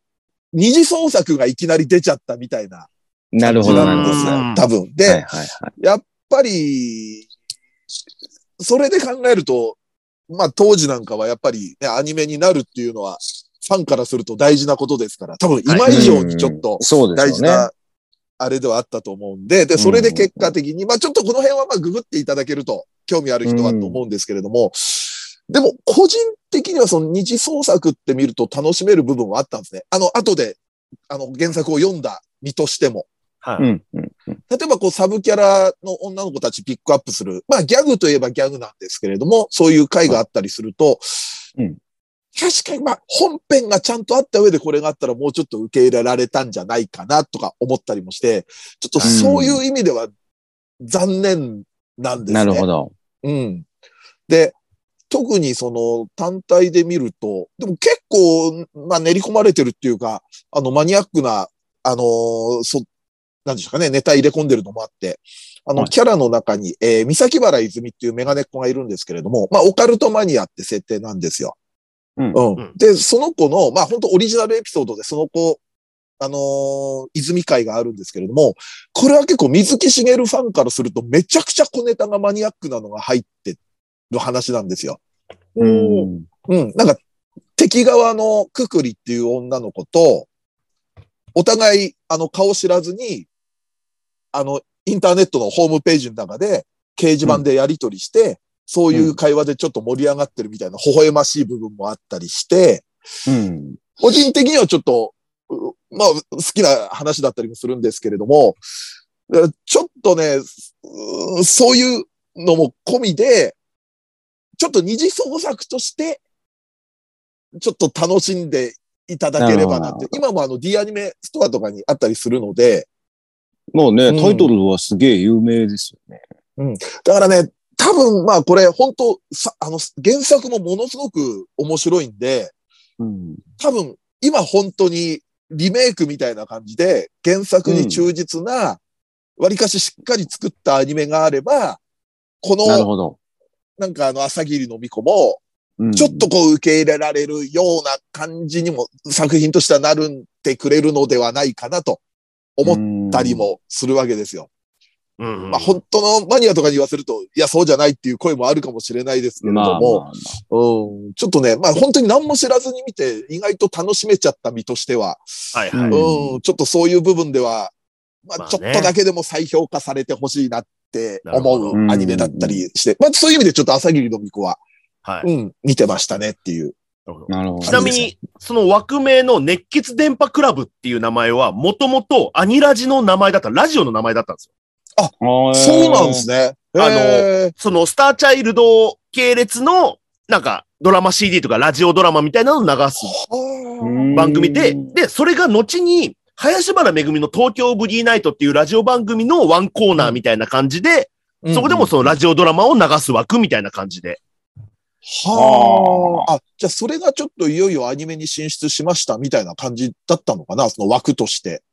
Speaker 1: 二次創作がいきなり出ちゃったみたいな
Speaker 2: なる
Speaker 1: 感
Speaker 2: ほ
Speaker 1: じ
Speaker 2: ど。
Speaker 1: なん
Speaker 2: なる
Speaker 1: で
Speaker 2: ほ
Speaker 1: す
Speaker 2: ど。
Speaker 1: よ
Speaker 3: うん。
Speaker 1: 多分。で、
Speaker 2: はいはいはい。
Speaker 1: やっぱり、それで考えると、まあ当時なんかはやっぱり、ね、アニメになるっていうのは、ファンからすると大事なことですから、多分今以上にちょっと
Speaker 2: そうで
Speaker 1: 大
Speaker 2: す
Speaker 1: 事
Speaker 2: よね。
Speaker 1: な、あれではあったと思うんで、で、それで結果的に、まあちょっとこの辺はまあググっていただけると、興味ある人はと思うんですけれども、でも個人的にはその二次創作って見ると楽しめる部分はあったんですね。あの、後で、あの、原作を読んだ身としても。
Speaker 3: は
Speaker 2: う
Speaker 3: い。
Speaker 2: ん。うん。
Speaker 1: 例えばこうサブキャラの女の子たちピックアップする。まあギャグといえばギャグなんですけれども、そういう回があったりすると、
Speaker 2: うん
Speaker 1: 確かにまあ本編がちゃんとあった上でこれがあったらもうちょっと受け入れられたんじゃないかなとか思ったりもして、ちょっとそういう意味では残念なんですね。
Speaker 2: なるほど。
Speaker 1: うん。で、特にその単体で見ると、でも結構、まあ、練り込まれてるっていうか、あの、マニアックな、あのーそ、なんでしょうかね、ネタ入れ込んでるのもあって、あの、
Speaker 2: はい
Speaker 1: キャラの中に、えー、三崎原泉っていうメガネっ子がいるんですけれども、まあ、オカルトマニアって設定なんですよ。
Speaker 2: うん
Speaker 3: うん
Speaker 1: で、その子の、まあ、本当オリジナルエピソードで、その子、あのー泉会があるんですけれども、これは結構水木しげるファンからするとめちゃくちゃ小ネタがマニアックなのが入ってる話なんですよ。
Speaker 2: うん。
Speaker 1: うん。なんか、敵側のくくりっていう女の子と、お互い、あの、顔知らずに、あの、インターネットのホームページの中で、掲示板でやり取りして、そういう会話でちょっと盛り上がってるみたいな、微笑ましい部分もあったりして、
Speaker 2: うん。
Speaker 1: 個人的にはちょっと、うまあ、好きな話だったりもするんですけれども、えちょっとね、うそういうのも込みで、ちょっと二次創作として、ちょっと楽しんでいただければなって
Speaker 2: なるほ。
Speaker 1: 今もあの D アニメストアとかにあったりするので、
Speaker 2: もうね、
Speaker 1: うん
Speaker 2: タイトルはすげえ有名ですよね。
Speaker 1: だからね、多分まあこれ本当さ、あの原作もものすごく面白いんで、
Speaker 2: うん。
Speaker 1: 多分今本当にリメイクみたいな感じで、原作に忠実な、割かししっかり作ったアニメがあれば、こ
Speaker 2: なる
Speaker 1: の、
Speaker 2: ほど。
Speaker 1: なんかあの、朝霧の巫女も、
Speaker 2: うん
Speaker 1: ちょっとこう受け入れられるような感じにも、作品としてはなるんでくれるのではないかなと思ったり。もするわけですよ。
Speaker 3: うん。
Speaker 1: まあ、本当のマニアとかに言わせると、いや、そうじゃないっていう声もあるかもしれないですけ
Speaker 2: う
Speaker 1: れ
Speaker 2: ん
Speaker 1: ど
Speaker 2: まあ、
Speaker 1: も、
Speaker 2: まあ
Speaker 1: うんちょっとね、まあ本当に何も知らずに見て、意外と楽しめちゃった身としては、
Speaker 3: はいはい。
Speaker 2: うん
Speaker 1: うん、ちょっとそういう部分では、ま
Speaker 3: まあ
Speaker 1: あ、
Speaker 3: ね
Speaker 1: ちょっとだけでも再評価されてほしいなって思
Speaker 2: なるほ
Speaker 1: う
Speaker 2: ど
Speaker 1: アニメだったりして、まあ、そういう意味でちょっと朝霧の巫女は、
Speaker 3: はい。
Speaker 1: うん、見てましたねっていう。
Speaker 3: なるほど
Speaker 2: なるほ
Speaker 3: ちな
Speaker 2: ど。
Speaker 3: みに、その枠名の熱血電波クラブっていう名前は、もともとアニラジの名前だった、ラジオの名前だったんですよ。
Speaker 1: そうなんです
Speaker 2: ね。
Speaker 1: ね。
Speaker 3: あの
Speaker 1: へー
Speaker 3: そのスターチャイルド系列の、なんか、ドラマ CD とかラジオドラマみたいなのを流す
Speaker 1: は
Speaker 3: 番組で、
Speaker 2: うん
Speaker 3: で、それが後に、林原めぐみの東京ブギーナイトっていうラジオ番組のワンコーナーみたいな感じで、
Speaker 1: あ
Speaker 3: そこでもそのラジオドラマを流す枠みたいな感じで。
Speaker 1: はあ。あ、じゃあそれがちょっといよいよアニメに進出しましたみたいな感じだったのかなその枠として。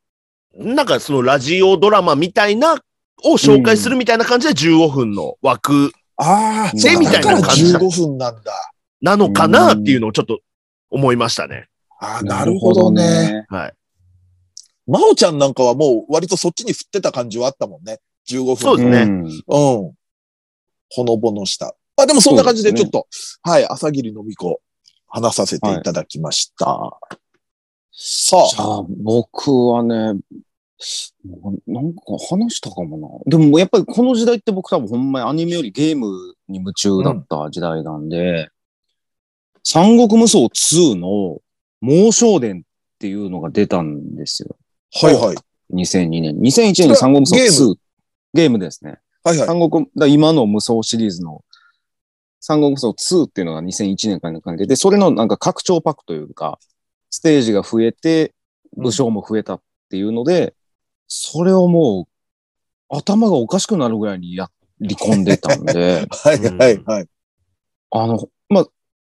Speaker 3: なんかそのラジオドラマみたいな、を紹介するみたいな感じで15分の枠
Speaker 1: ああ、
Speaker 2: ね
Speaker 1: そう
Speaker 2: みたいな
Speaker 1: だから
Speaker 2: 感じだ
Speaker 1: 15分なんだ。
Speaker 3: なのかなっていうのをちょっと思いましたね。
Speaker 1: ああ、なるほどね。。
Speaker 3: はい。
Speaker 1: まおちゃんなんかはもう割とそっちに振ってた感じはあったもんね。15分。
Speaker 3: そうですね
Speaker 2: う
Speaker 1: う
Speaker 2: ん
Speaker 1: ん。ほのぼのした。あ、でもそんな感じでちょっと、はい、朝霧のみこ、話させていただきました。さ
Speaker 2: じゃあ、僕はね、なんか話したかもな。でもやっぱりこの時代って僕多分ほんまにアニメよりゲームに夢中だった時代なんで、三国無双2の猛少伝っていうのが出たんですよ。
Speaker 1: あ、はいはい。
Speaker 2: 2002年。2001年に三国無双2。
Speaker 1: そ
Speaker 2: ゲームですね。
Speaker 1: はいはい。、
Speaker 2: 三国、だ今の無双シリーズの三国無双2っていうのが2001年からの関係で、それのなんか拡張パックというか、ステージが増えて、武将も増えたっていうので、それをもう頭がおかしくなるぐらいにやり込んでたんで
Speaker 1: はいはいはい。
Speaker 2: あの、まあ、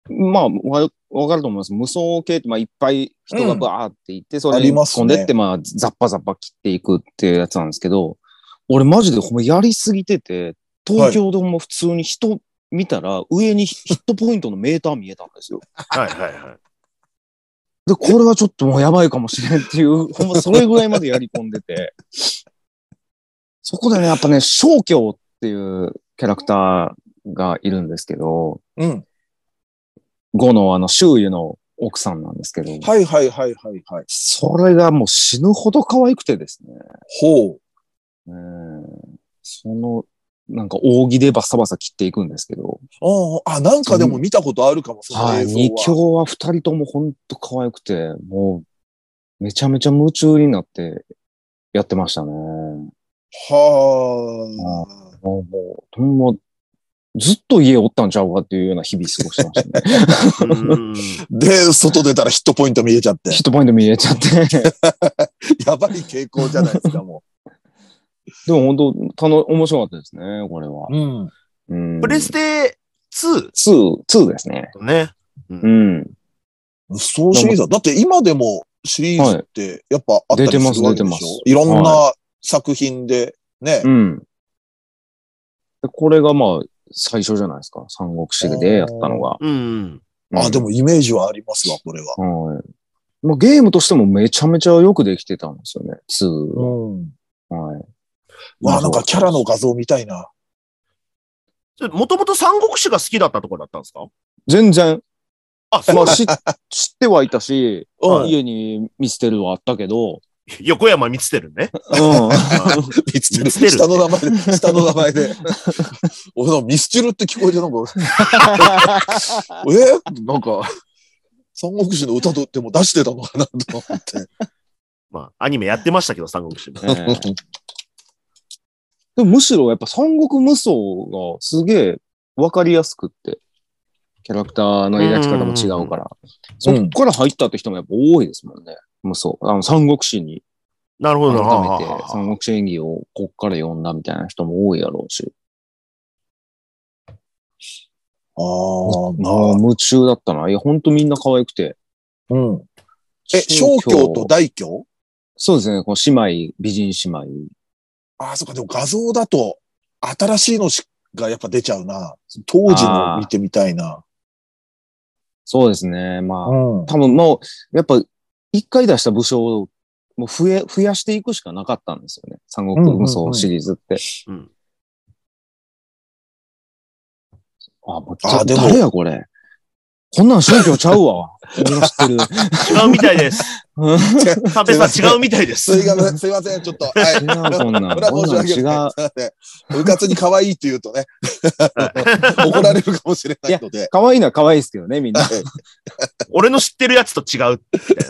Speaker 2: まあ、わわかると思います。無双系って、まあ、いっぱい人がバーっていて、それ
Speaker 1: あ
Speaker 2: に
Speaker 1: りますね
Speaker 2: 込んでって、まあ、ザッパザッパ切っていくっていうやつなんですけど、俺マジでほんまやりすぎてて、東京でも普通に人見たら、上にヒットポイントのメーター見えたんですよ。
Speaker 3: はいはいはい。
Speaker 2: で、これはちょっともうやばいかもしれんっ ていう、ほんまそれぐらいまでやり込んでて。そこでね、やっぱね、正教っていうキャラクターがいるんですけど、
Speaker 1: うん。
Speaker 2: 五のあの、周囲の奥さんなんですけど、
Speaker 1: はいはいはいはいはい。
Speaker 2: それがもう死ぬほど可愛くてですね。
Speaker 1: ほう。
Speaker 2: うんその、なんか扇でバサバサ切っていくんですけど、
Speaker 1: ああ、あなんかでも見たことあるかも、その
Speaker 2: は
Speaker 1: 映
Speaker 2: い、
Speaker 1: 像
Speaker 2: 二
Speaker 1: は。
Speaker 2: 強は二人ともほんと可愛くて、もう、めちゃめちゃ夢中になってやってましたね。も
Speaker 1: はあ。
Speaker 2: う、もう、ほんま、ずっと家おったんちゃうかっていうような日々過ごしてました ね。
Speaker 3: うーん
Speaker 1: で、外出たらヒットポイント見えちゃ って。
Speaker 2: ヒットポイント見えちゃって。
Speaker 1: やばい傾向じゃないですか、も
Speaker 2: でも本当、たの、面白かったですね、これは
Speaker 1: う。。うん。
Speaker 2: うん
Speaker 3: プレステ 2?
Speaker 2: 2、2ですね。
Speaker 3: ね。
Speaker 2: うん。
Speaker 1: 無双シリーズは、だって今でもシリーズってやっぱあったりするわけでしょ、、
Speaker 2: はいい出てます出てます
Speaker 1: いろんな作品で、ね
Speaker 2: う。ん。でこれがまあ、最初じゃないですか。三国志でやったのが。
Speaker 3: うん。
Speaker 1: あ、でもイメージはありますわ、これは。
Speaker 2: も。はい。まあ、ゲームとしてもめちゃめちゃよくできてたんですよね。2は。
Speaker 1: うん。
Speaker 2: はい。
Speaker 1: わあ、なんかキャラの画像みたい な。
Speaker 3: もともと三国志が好きだったところだったんですか
Speaker 2: 全然。
Speaker 3: あ、そ
Speaker 2: ま
Speaker 3: う
Speaker 2: あ、。し知って はいたし、
Speaker 1: うん
Speaker 2: 家に見捨てるはあったけど、
Speaker 3: 横山見つてるね。
Speaker 2: うん。
Speaker 1: ミスチル。
Speaker 3: ミスチル
Speaker 1: 下の名前で、下の名前で。俺のミスチルって聞こえてなんか、 えなん か、三国志の歌とでも出してたのかなと思って。
Speaker 3: まあ、アニメやってましたけど、三国志も。
Speaker 2: ええでもむしろやっぱ三国無双がすげえわかりやすくって、キャラクターの描き方も違うから、
Speaker 1: うん
Speaker 2: そっから入ったって人もやっぱ多いですもんね。無双。あの三国志に
Speaker 3: なるほ
Speaker 2: 改
Speaker 3: どな。
Speaker 2: めて三国志演技をこっから読んだみたいな人も多いだろうし、
Speaker 1: ああ、
Speaker 2: もう夢中だったな。いや、ほんとみんな可愛くて、
Speaker 1: うん。え、小京と大京
Speaker 2: そうですね、こう姉妹、美人姉妹。
Speaker 1: ああ、そっか、でも画像だと、新しいのしがやっぱ出ちゃうな。当時の見てみたいな。
Speaker 2: そうですね、まあ、
Speaker 1: うん。
Speaker 2: 多分もう、やっぱ、一回出した武将を、もう増え、増やしていくしかなかったんですよね。三国無双シリーズって。
Speaker 3: うんうんうん
Speaker 2: あ、もう、
Speaker 1: あでも
Speaker 2: 誰やこれ。こんなん宗教ちゃう わ。俺の知ってる。
Speaker 3: 違うみたいです。
Speaker 2: うん
Speaker 3: カペさん違うみたいです
Speaker 1: すい。ません、すいません、ちょっと。はい。
Speaker 2: 違う、こんなん。
Speaker 1: これは
Speaker 2: こんな
Speaker 1: 申
Speaker 2: ん
Speaker 1: し訳
Speaker 2: 違
Speaker 1: な
Speaker 2: う
Speaker 1: い。。すいません。うかつに可愛いって言うと ね、怒られるかもしれないので。
Speaker 2: 可愛いのは可愛いですけどね、みんな。
Speaker 3: 俺の知ってるやつと違う。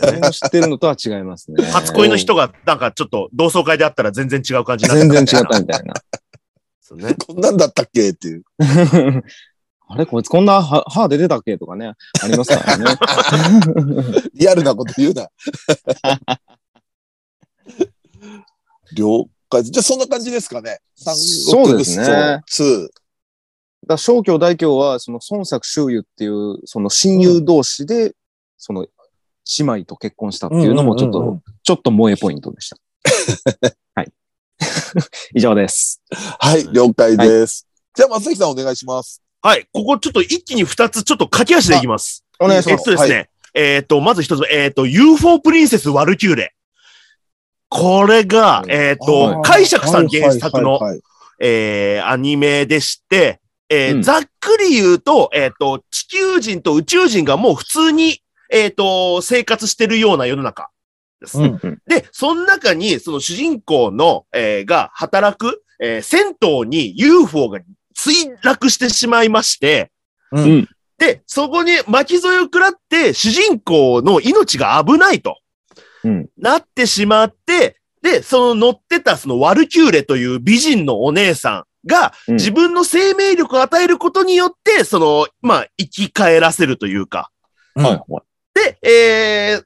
Speaker 2: 俺の知ってるのとは違いますね。
Speaker 3: 初恋の人が、なんかちょっと同窓会であったら全然違う感じにな
Speaker 2: 全然違っ
Speaker 3: みたいな
Speaker 2: たみたいな。
Speaker 3: そうね。
Speaker 1: こんなんだったっけっていう。
Speaker 2: あれこいつこんな歯歯出てたっけとかね、あります からね。
Speaker 1: リアルなこと言う な。了解。じゃあそんな感じですかね。三国
Speaker 2: そう
Speaker 1: 武
Speaker 2: です
Speaker 1: 装
Speaker 2: ね
Speaker 1: 2。
Speaker 2: だから小京大京は、その孫作周遊っていう、その親友同士で、その姉妹と結婚したっていうのも、ちょっ
Speaker 1: うんうんうんう
Speaker 2: と
Speaker 1: ん、
Speaker 2: ちょっと萌えポイントでした。はい。 以上です。
Speaker 1: はい、了解です。じゃあ松崎さんお願いします。
Speaker 3: はい。ここちょっと一気に二つ、ちょっと駆け足でいきます。
Speaker 2: お願いし
Speaker 3: え
Speaker 2: ま
Speaker 3: っ
Speaker 2: す。
Speaker 3: とですね。えっと、まず一つ目、えっと、UFO プリンセスワルキューレ。これが、
Speaker 2: うん
Speaker 3: えっ
Speaker 1: あ
Speaker 3: と
Speaker 1: ー、
Speaker 3: 解釈さん原作
Speaker 1: は
Speaker 3: の
Speaker 1: い、はいはいはい
Speaker 3: えーアニメでして、えー
Speaker 2: うん
Speaker 3: ざっくり言うと、えっ、と、地球人と宇宙人がもう普通に、えっ、と、生活してるような世の中です。
Speaker 1: うん
Speaker 2: うん
Speaker 3: で、その中に、その主人公の、えーが働く、えー銭湯に UFO が墜落してしまいまして、
Speaker 2: うん
Speaker 3: で、そこに巻き添えを食らって、主人公の命が危ないと。
Speaker 2: うん
Speaker 3: なってしまって、で、その乗ってたそのワルキューレという美人のお姉さんが、
Speaker 2: うん
Speaker 3: 自分の生命力を与えることによって、その、まあ、生き返らせるというか。
Speaker 2: はいはい。
Speaker 3: で、えー、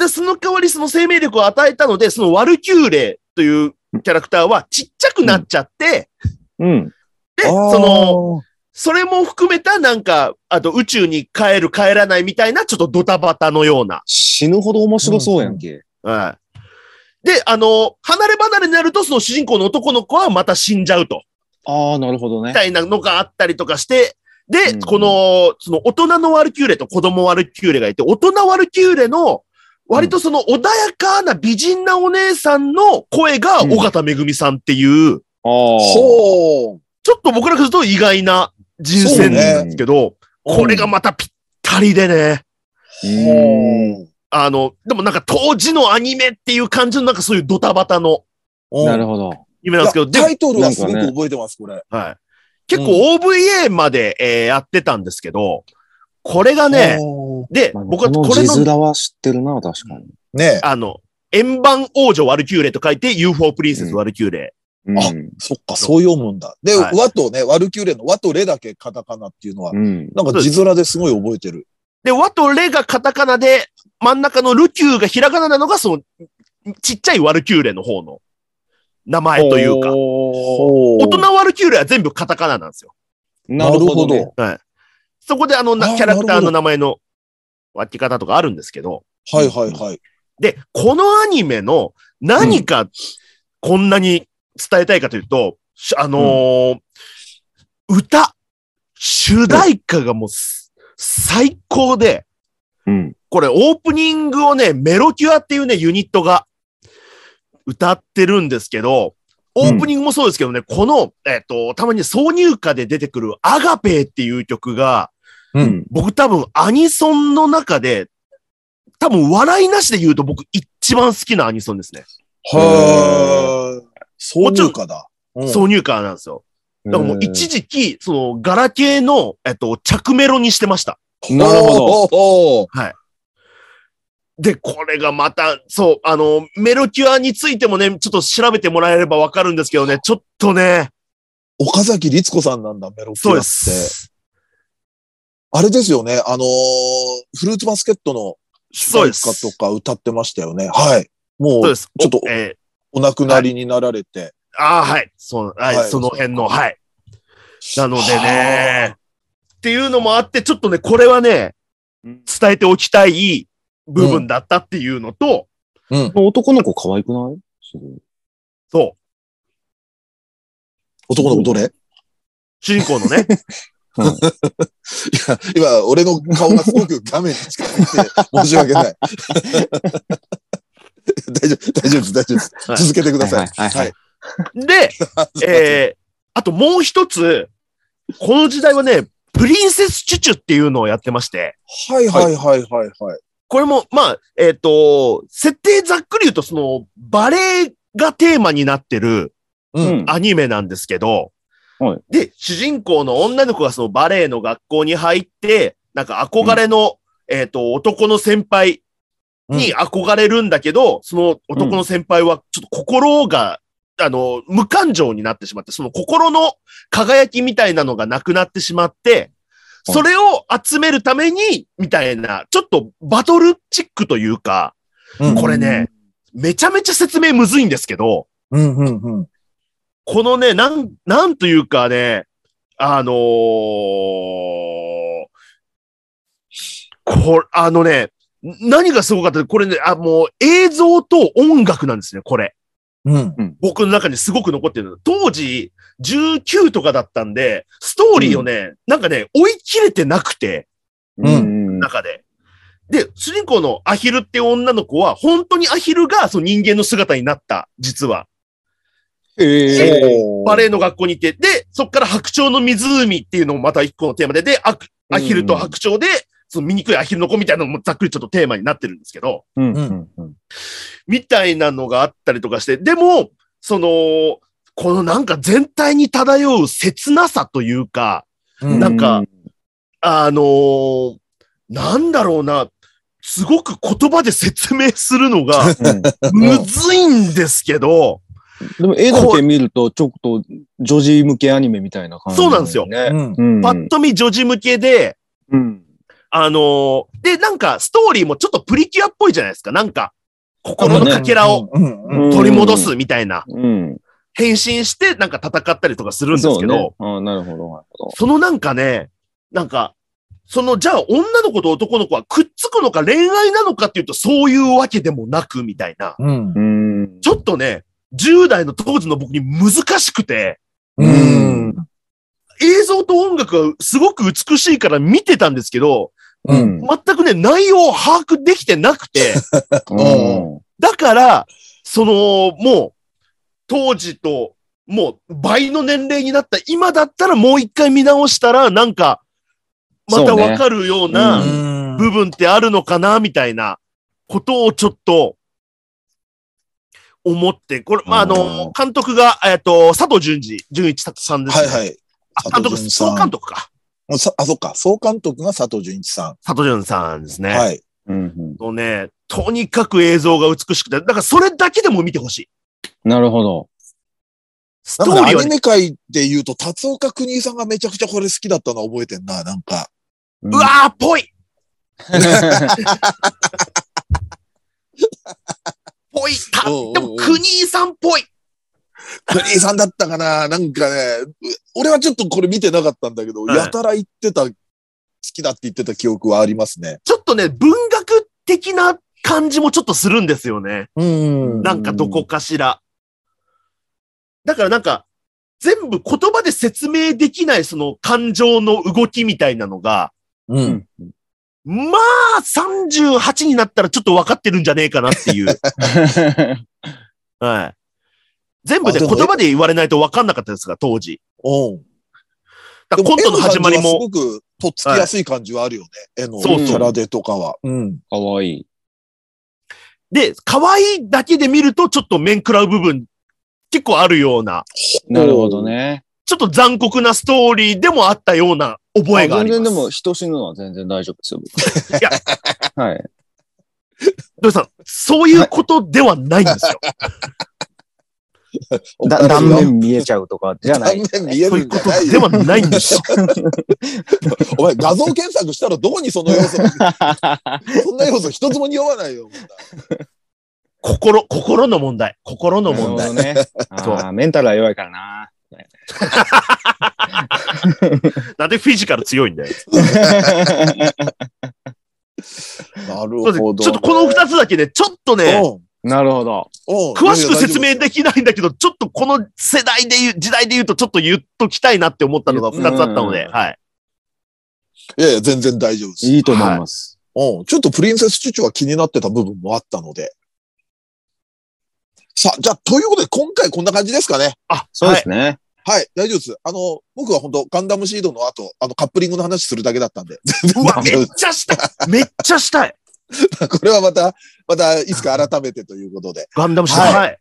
Speaker 3: で、その代わりその生命力を与えたので、そのワルキューレというキャラクターはちっちゃくなっちゃって、
Speaker 2: うん。
Speaker 3: で、その、、それも含めたなんか、あと宇宙に帰る帰らないみたいな、ちょっとドタバタのような。
Speaker 2: 死ぬほど面白そうやんけ。
Speaker 3: はい。で、あの、離れ離れになると、その主人公の男の子はまた死んじゃうと、
Speaker 2: ああ、なるほどね
Speaker 3: み。たいなのがあったりとかして、で、
Speaker 2: うん
Speaker 3: この、その大人のワルキューレと子供ワルキューレがいて、大人ワルキューレの、割とその穏やかな美人なお姉さんの声が、
Speaker 2: うん
Speaker 3: 尾形めぐみさんっていう、
Speaker 2: ああ。
Speaker 1: ほう。
Speaker 3: ちょっと僕らからすると意外な人選なんですけど、
Speaker 2: そうね
Speaker 3: これがまたぴったりでね。
Speaker 2: うん。
Speaker 3: あの、でもなんか当時のアニメっていう感じのなんかそういうドタバタの
Speaker 1: うん
Speaker 2: なるほど。
Speaker 3: 夢なんですけど、
Speaker 1: い
Speaker 3: で
Speaker 1: や
Speaker 3: も
Speaker 1: タイトルはすごく
Speaker 2: なんかね
Speaker 1: 覚えてます、これ。
Speaker 3: はい。結構 OVA まで、えーやってたんですけど、これがね、
Speaker 1: おー
Speaker 3: で、
Speaker 2: まあ
Speaker 3: 僕は
Speaker 2: こ
Speaker 3: こ
Speaker 2: の
Speaker 3: れ
Speaker 2: 字
Speaker 3: の、
Speaker 2: 面は知ってるな、確かに。
Speaker 1: ねえ
Speaker 3: あの、円盤王女ワルキューレと書いて UFO プリンセスワルキューレ。
Speaker 1: あ
Speaker 2: うん
Speaker 1: そっか、そう読むんだ。で、
Speaker 3: はい
Speaker 1: 和とね、ワルキューレの和とレだけカタカナっていうのは、
Speaker 2: うん。
Speaker 1: なんか字面ですごい覚えてる。
Speaker 3: で、ワとレがカタカナで、真ん中のルキューがひらがななのが、その、ちっちゃいワルキューレの方の名前というか、
Speaker 2: ほ
Speaker 1: ほ
Speaker 3: 大人ワルキューレは全部カタカナなんですよ。
Speaker 2: う。
Speaker 1: な
Speaker 2: な
Speaker 1: る
Speaker 2: る
Speaker 1: ほど。
Speaker 2: ほどね。
Speaker 3: そこであの、
Speaker 1: あ
Speaker 3: な
Speaker 1: ー
Speaker 3: キャラクター
Speaker 1: なるほど
Speaker 3: の名前の分け方とかあるんですけど、
Speaker 1: はいはいはい。
Speaker 3: で、このアニメの何かこんなに伝えたいかというと、しあのー歌、主題歌がもうす最高で、
Speaker 2: うん。
Speaker 3: これオープニングをね、メロキュアっていうね、ユニットが歌ってるんですけど、オープニングもそうですけどね、この、えっ、と、たまに挿入歌で出てくるアガペーっていう曲が、
Speaker 2: うん。
Speaker 3: 僕多分アニソンの中で、多分笑いなしで言うと僕一番好きなアニソンですね。
Speaker 1: はーい。挿
Speaker 3: もちろん
Speaker 1: 入歌だ。
Speaker 3: 挿入歌なんですよ。だからもう一時期、そのガラケーの、えっと、着メロにしてました。
Speaker 1: うん
Speaker 2: なるほど
Speaker 1: ほど。
Speaker 3: で、これがまた、そう、あの、メロキュアについてもね、ちょっと調べてもらえればわかるんですけどね、ちょっとね、
Speaker 1: 岡崎律子さんなんだ、メロキュ
Speaker 3: そう
Speaker 1: ア
Speaker 3: で
Speaker 1: って。
Speaker 3: す。
Speaker 1: あれですよね、あのーフルーツバスケットの
Speaker 3: そうで
Speaker 1: 主題歌
Speaker 3: す。
Speaker 1: とか歌ってましたよね。はい。も
Speaker 3: そうで
Speaker 1: う、
Speaker 3: す。
Speaker 1: ちょっと
Speaker 3: おえ
Speaker 1: お亡くなりになられて。
Speaker 3: ーああ、はい。そう、はい、
Speaker 1: はい
Speaker 3: その辺の、はい。なので
Speaker 1: は
Speaker 3: ね、っていうのもあって、ちょっとね、これはね、伝えておきたい部分だったっていうのと、
Speaker 1: うん。
Speaker 2: 男の子可愛くないすごい
Speaker 3: そう、
Speaker 1: 男の子どれい
Speaker 3: 主人公のね、
Speaker 1: や、今、俺の顔がすごく画面に 近づいて、申し訳ない。 大丈夫、大丈夫です、大丈夫です。
Speaker 3: はい
Speaker 1: 続けてください。
Speaker 2: はいはいはいはい
Speaker 3: で、えー、あともう一つ、この時代はね、プリンセスチュチュっていうのをやってまして、
Speaker 1: はいはいはいはいはい。
Speaker 3: これも、まあ、えっ、と、設定ざっくり言うと、その、バレエがテーマになってる
Speaker 1: うん
Speaker 2: うん
Speaker 3: アニメなんですけど、
Speaker 2: はい
Speaker 3: で、主人公の女の子がそのバレエの学校に入って、なんか憧れの、えっ、と、男の先輩に憧れるんだけど、その男の先輩はちょっと心が、あの、無感情になってしまって、その心の輝きみたいなのがなくなってしまって、それを集めるために、みたいな、ちょっとバトルチックというか、
Speaker 1: うん
Speaker 3: これね、めちゃめちゃ説明むずいんですけど、
Speaker 1: うんうんうん。
Speaker 3: このね、なん、なんというかね、あのーこれ、あのね、何がすごかったってこれね、あ、もう映像と音楽なんですね、これ。
Speaker 1: うん。
Speaker 3: 僕の中にすごく残ってるの。当時、19とかだったんで、ストーリーをね、なんかね、追い切れてなくて、
Speaker 1: う
Speaker 2: うん。
Speaker 3: 中で。で、主人公のアヒルって女の子は、本当にアヒルがその人間の姿になった、実は。
Speaker 2: え
Speaker 3: バレエの学校に行って、で、そっから白鳥の湖っていうのもまた一個のテーマで、で、アクアヒルと白鳥で、その醜いアヒルの子みたいなのもざっくりちょっとテーマになってるんですけど、
Speaker 2: うん。
Speaker 1: うん
Speaker 2: うん。
Speaker 3: みたいなのがあったりとかして、でも、その、このなんか全体に漂う切なさというか、
Speaker 1: うん
Speaker 3: なんか、あのーなんだろうな、すごく言葉で説明するのが
Speaker 2: うん
Speaker 3: むずいんですけど、
Speaker 2: でも絵だけ見ると、ちょっと女児向けアニメみたいな感じ、
Speaker 3: そうなんですよ
Speaker 2: ね。
Speaker 1: うん
Speaker 2: うん。
Speaker 3: パッと見女児向けで、
Speaker 2: うん。
Speaker 3: あのーで、なんかストーリーもちょっとプリキュアっぽいじゃないですか、なんか、心のかけらを
Speaker 1: うんうん
Speaker 3: 取り戻すみたいな、
Speaker 2: うん。
Speaker 3: 変身してなんか戦ったりとかするんです
Speaker 2: そう
Speaker 3: けど、
Speaker 2: ね。ああ、なるほど、なるほ
Speaker 3: そのなんかね、なんか、その、じゃあ女の子と男の子はくっつくのか恋愛なのかっていうとそういうわけでもなくみたいな。
Speaker 1: うん
Speaker 2: ど。うん。
Speaker 3: ちょっとね、10代の当時の僕に難しくて、
Speaker 1: うん。
Speaker 3: 映像と音楽がすごく美しいから見てたんですけど、
Speaker 1: う。
Speaker 2: うんん。
Speaker 3: 全くね、内容を把握できてなくて、
Speaker 2: うん
Speaker 3: だから、その、もう、当時と、もう倍の年齢になった今だったらもう一回見直したら、なんか、また
Speaker 2: そうね
Speaker 3: わかるような、
Speaker 2: うん
Speaker 3: 部分ってあるのかなみたいなことをちょっと思って、これ、まあ、あ
Speaker 2: う
Speaker 3: の
Speaker 2: ん、
Speaker 3: 監督が、えっと、佐藤淳二、淳一さんです、
Speaker 1: はい
Speaker 3: ね。
Speaker 1: はい。
Speaker 3: あ監督、
Speaker 1: 佐藤淳さん
Speaker 3: 総監督か。
Speaker 1: もうさあ、そっか。総監督が佐藤淳一さ
Speaker 3: 佐藤淳さんです
Speaker 1: ん。
Speaker 3: ね。
Speaker 1: はい。
Speaker 2: うん。
Speaker 3: のね、とにかく映像が美しくて、だからそれだけでも見てほしい。
Speaker 2: なるほど。
Speaker 3: スト
Speaker 1: な
Speaker 3: ー
Speaker 1: んか
Speaker 3: リー
Speaker 1: ねア
Speaker 3: は
Speaker 1: ニ
Speaker 3: ね、
Speaker 1: メ界で言うと、達岡国井さんがめちゃくちゃこれ好きだったのは覚えてんな、なんか。
Speaker 3: う わー、ぽいぽいた
Speaker 1: おうおうおう
Speaker 3: でも、国井さんっぽい
Speaker 1: 国井さんだったかな、なんかね、う俺はちょっとこれ見てなかったんだけど、
Speaker 3: はい
Speaker 1: やたら言ってた、好きだって言ってた記憶はありますね。
Speaker 3: ちょっとね、文学的な感じもちょっとするんですよね。
Speaker 1: うん
Speaker 3: なんかどこかしら。だからなんか、全部言葉で説明できないその感情の動きみたいなのが、
Speaker 1: うん。
Speaker 3: まあ、38になったらちょっと分かってるんじゃねえかなって いう。はい。全部で
Speaker 1: あで
Speaker 3: 言
Speaker 1: も
Speaker 3: 葉で言われないと分かんなかったですが、当時。
Speaker 1: うん。
Speaker 3: だからコントの始まり
Speaker 1: で絵の
Speaker 3: も、
Speaker 1: 感じはすごく、とっつきやすい感じはあるよね。絵の
Speaker 3: そう
Speaker 2: そう
Speaker 1: キャラでとかは。うん。
Speaker 2: かわいい。
Speaker 3: で、可愛いだけで見るとちょっと面食らう部分、結構あるような、
Speaker 2: なるほどね。
Speaker 3: ちょっと残酷なストーリーでもあったような覚えがあ
Speaker 2: 全
Speaker 3: ります。
Speaker 2: 然でも、人死ぬのは全然大丈夫ですよ、僕。
Speaker 3: いや。
Speaker 2: はい。
Speaker 3: 土井さん、そういうことではないんですよ。
Speaker 2: だ断面見えちゃうとかじゃ ない。
Speaker 1: 断面見え
Speaker 3: そうい
Speaker 1: るん
Speaker 3: う
Speaker 1: じ
Speaker 3: こ
Speaker 1: ゃない
Speaker 3: と
Speaker 1: よ
Speaker 3: ではないんですよ。
Speaker 1: お前画像検索したらどこにその要素がそんな要素一つも匂わないよ。
Speaker 3: 心、心の問題。心の問題。
Speaker 2: 題 ね。ああ、メンタルは弱いからな。
Speaker 3: なんでフィジカル強いんだよ。
Speaker 1: ななる
Speaker 3: そうですちょ
Speaker 1: ほ
Speaker 3: っ
Speaker 1: ど。
Speaker 3: とこの二つだけね、ちょっとね、
Speaker 1: うん
Speaker 2: なるほど。
Speaker 1: うん
Speaker 3: 詳しく説明
Speaker 1: き
Speaker 3: できないんだけど、ちょっとこの世代で言う、時代で言うとちょっと言っときたいなって思ったのが二つあったので、
Speaker 2: うん
Speaker 3: はい。
Speaker 1: いやいや、全然大丈夫です。
Speaker 2: いいと思います。
Speaker 1: うん。ちょっとプリンセスチュチュは気になってた部分もあったので。さあ、じゃあ、ということで、今回こんな感じですかね。
Speaker 3: あ、
Speaker 2: そうですね。
Speaker 1: はい、大丈夫です。あの、僕は本当ガンダムシードの後、あの、カップリングの話するだけだったんで。
Speaker 3: うわ、めっちゃしたい。めっちゃしたい。
Speaker 1: これはまた、また、いつか改めてということで。
Speaker 3: ガンダムしたい。はい。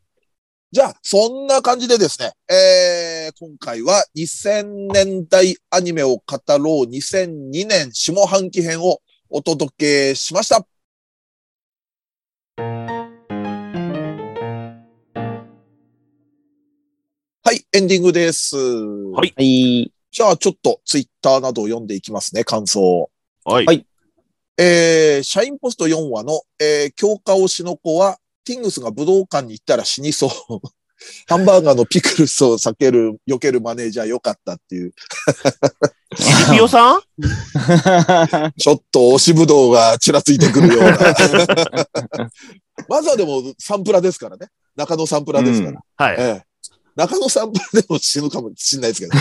Speaker 1: じゃあ、そんな感じでですね、えー、今回は2000年代アニメを語ろう2002年下半期編をお届けしました。はい、エンディングです。
Speaker 2: はい。
Speaker 1: じゃあ、ちょっとツイッターなどを読んでいきますね、感想を。
Speaker 3: はい。
Speaker 2: はい
Speaker 1: えー、社員ポスト4話の、えー、強化推しの子は、ティングスが武道館に行ったら死にそう。 ハンバーガーのピクルスを避ける、避けるマネージャー良かったっていう。
Speaker 3: シ ルピオさん
Speaker 1: ちょっと推し武道がちらついてくるような。 まずはでも、サンプラですからね。中野サンプラですから。
Speaker 3: はい。
Speaker 1: ええ中野サンプラでも死ぬかもしれないですけど。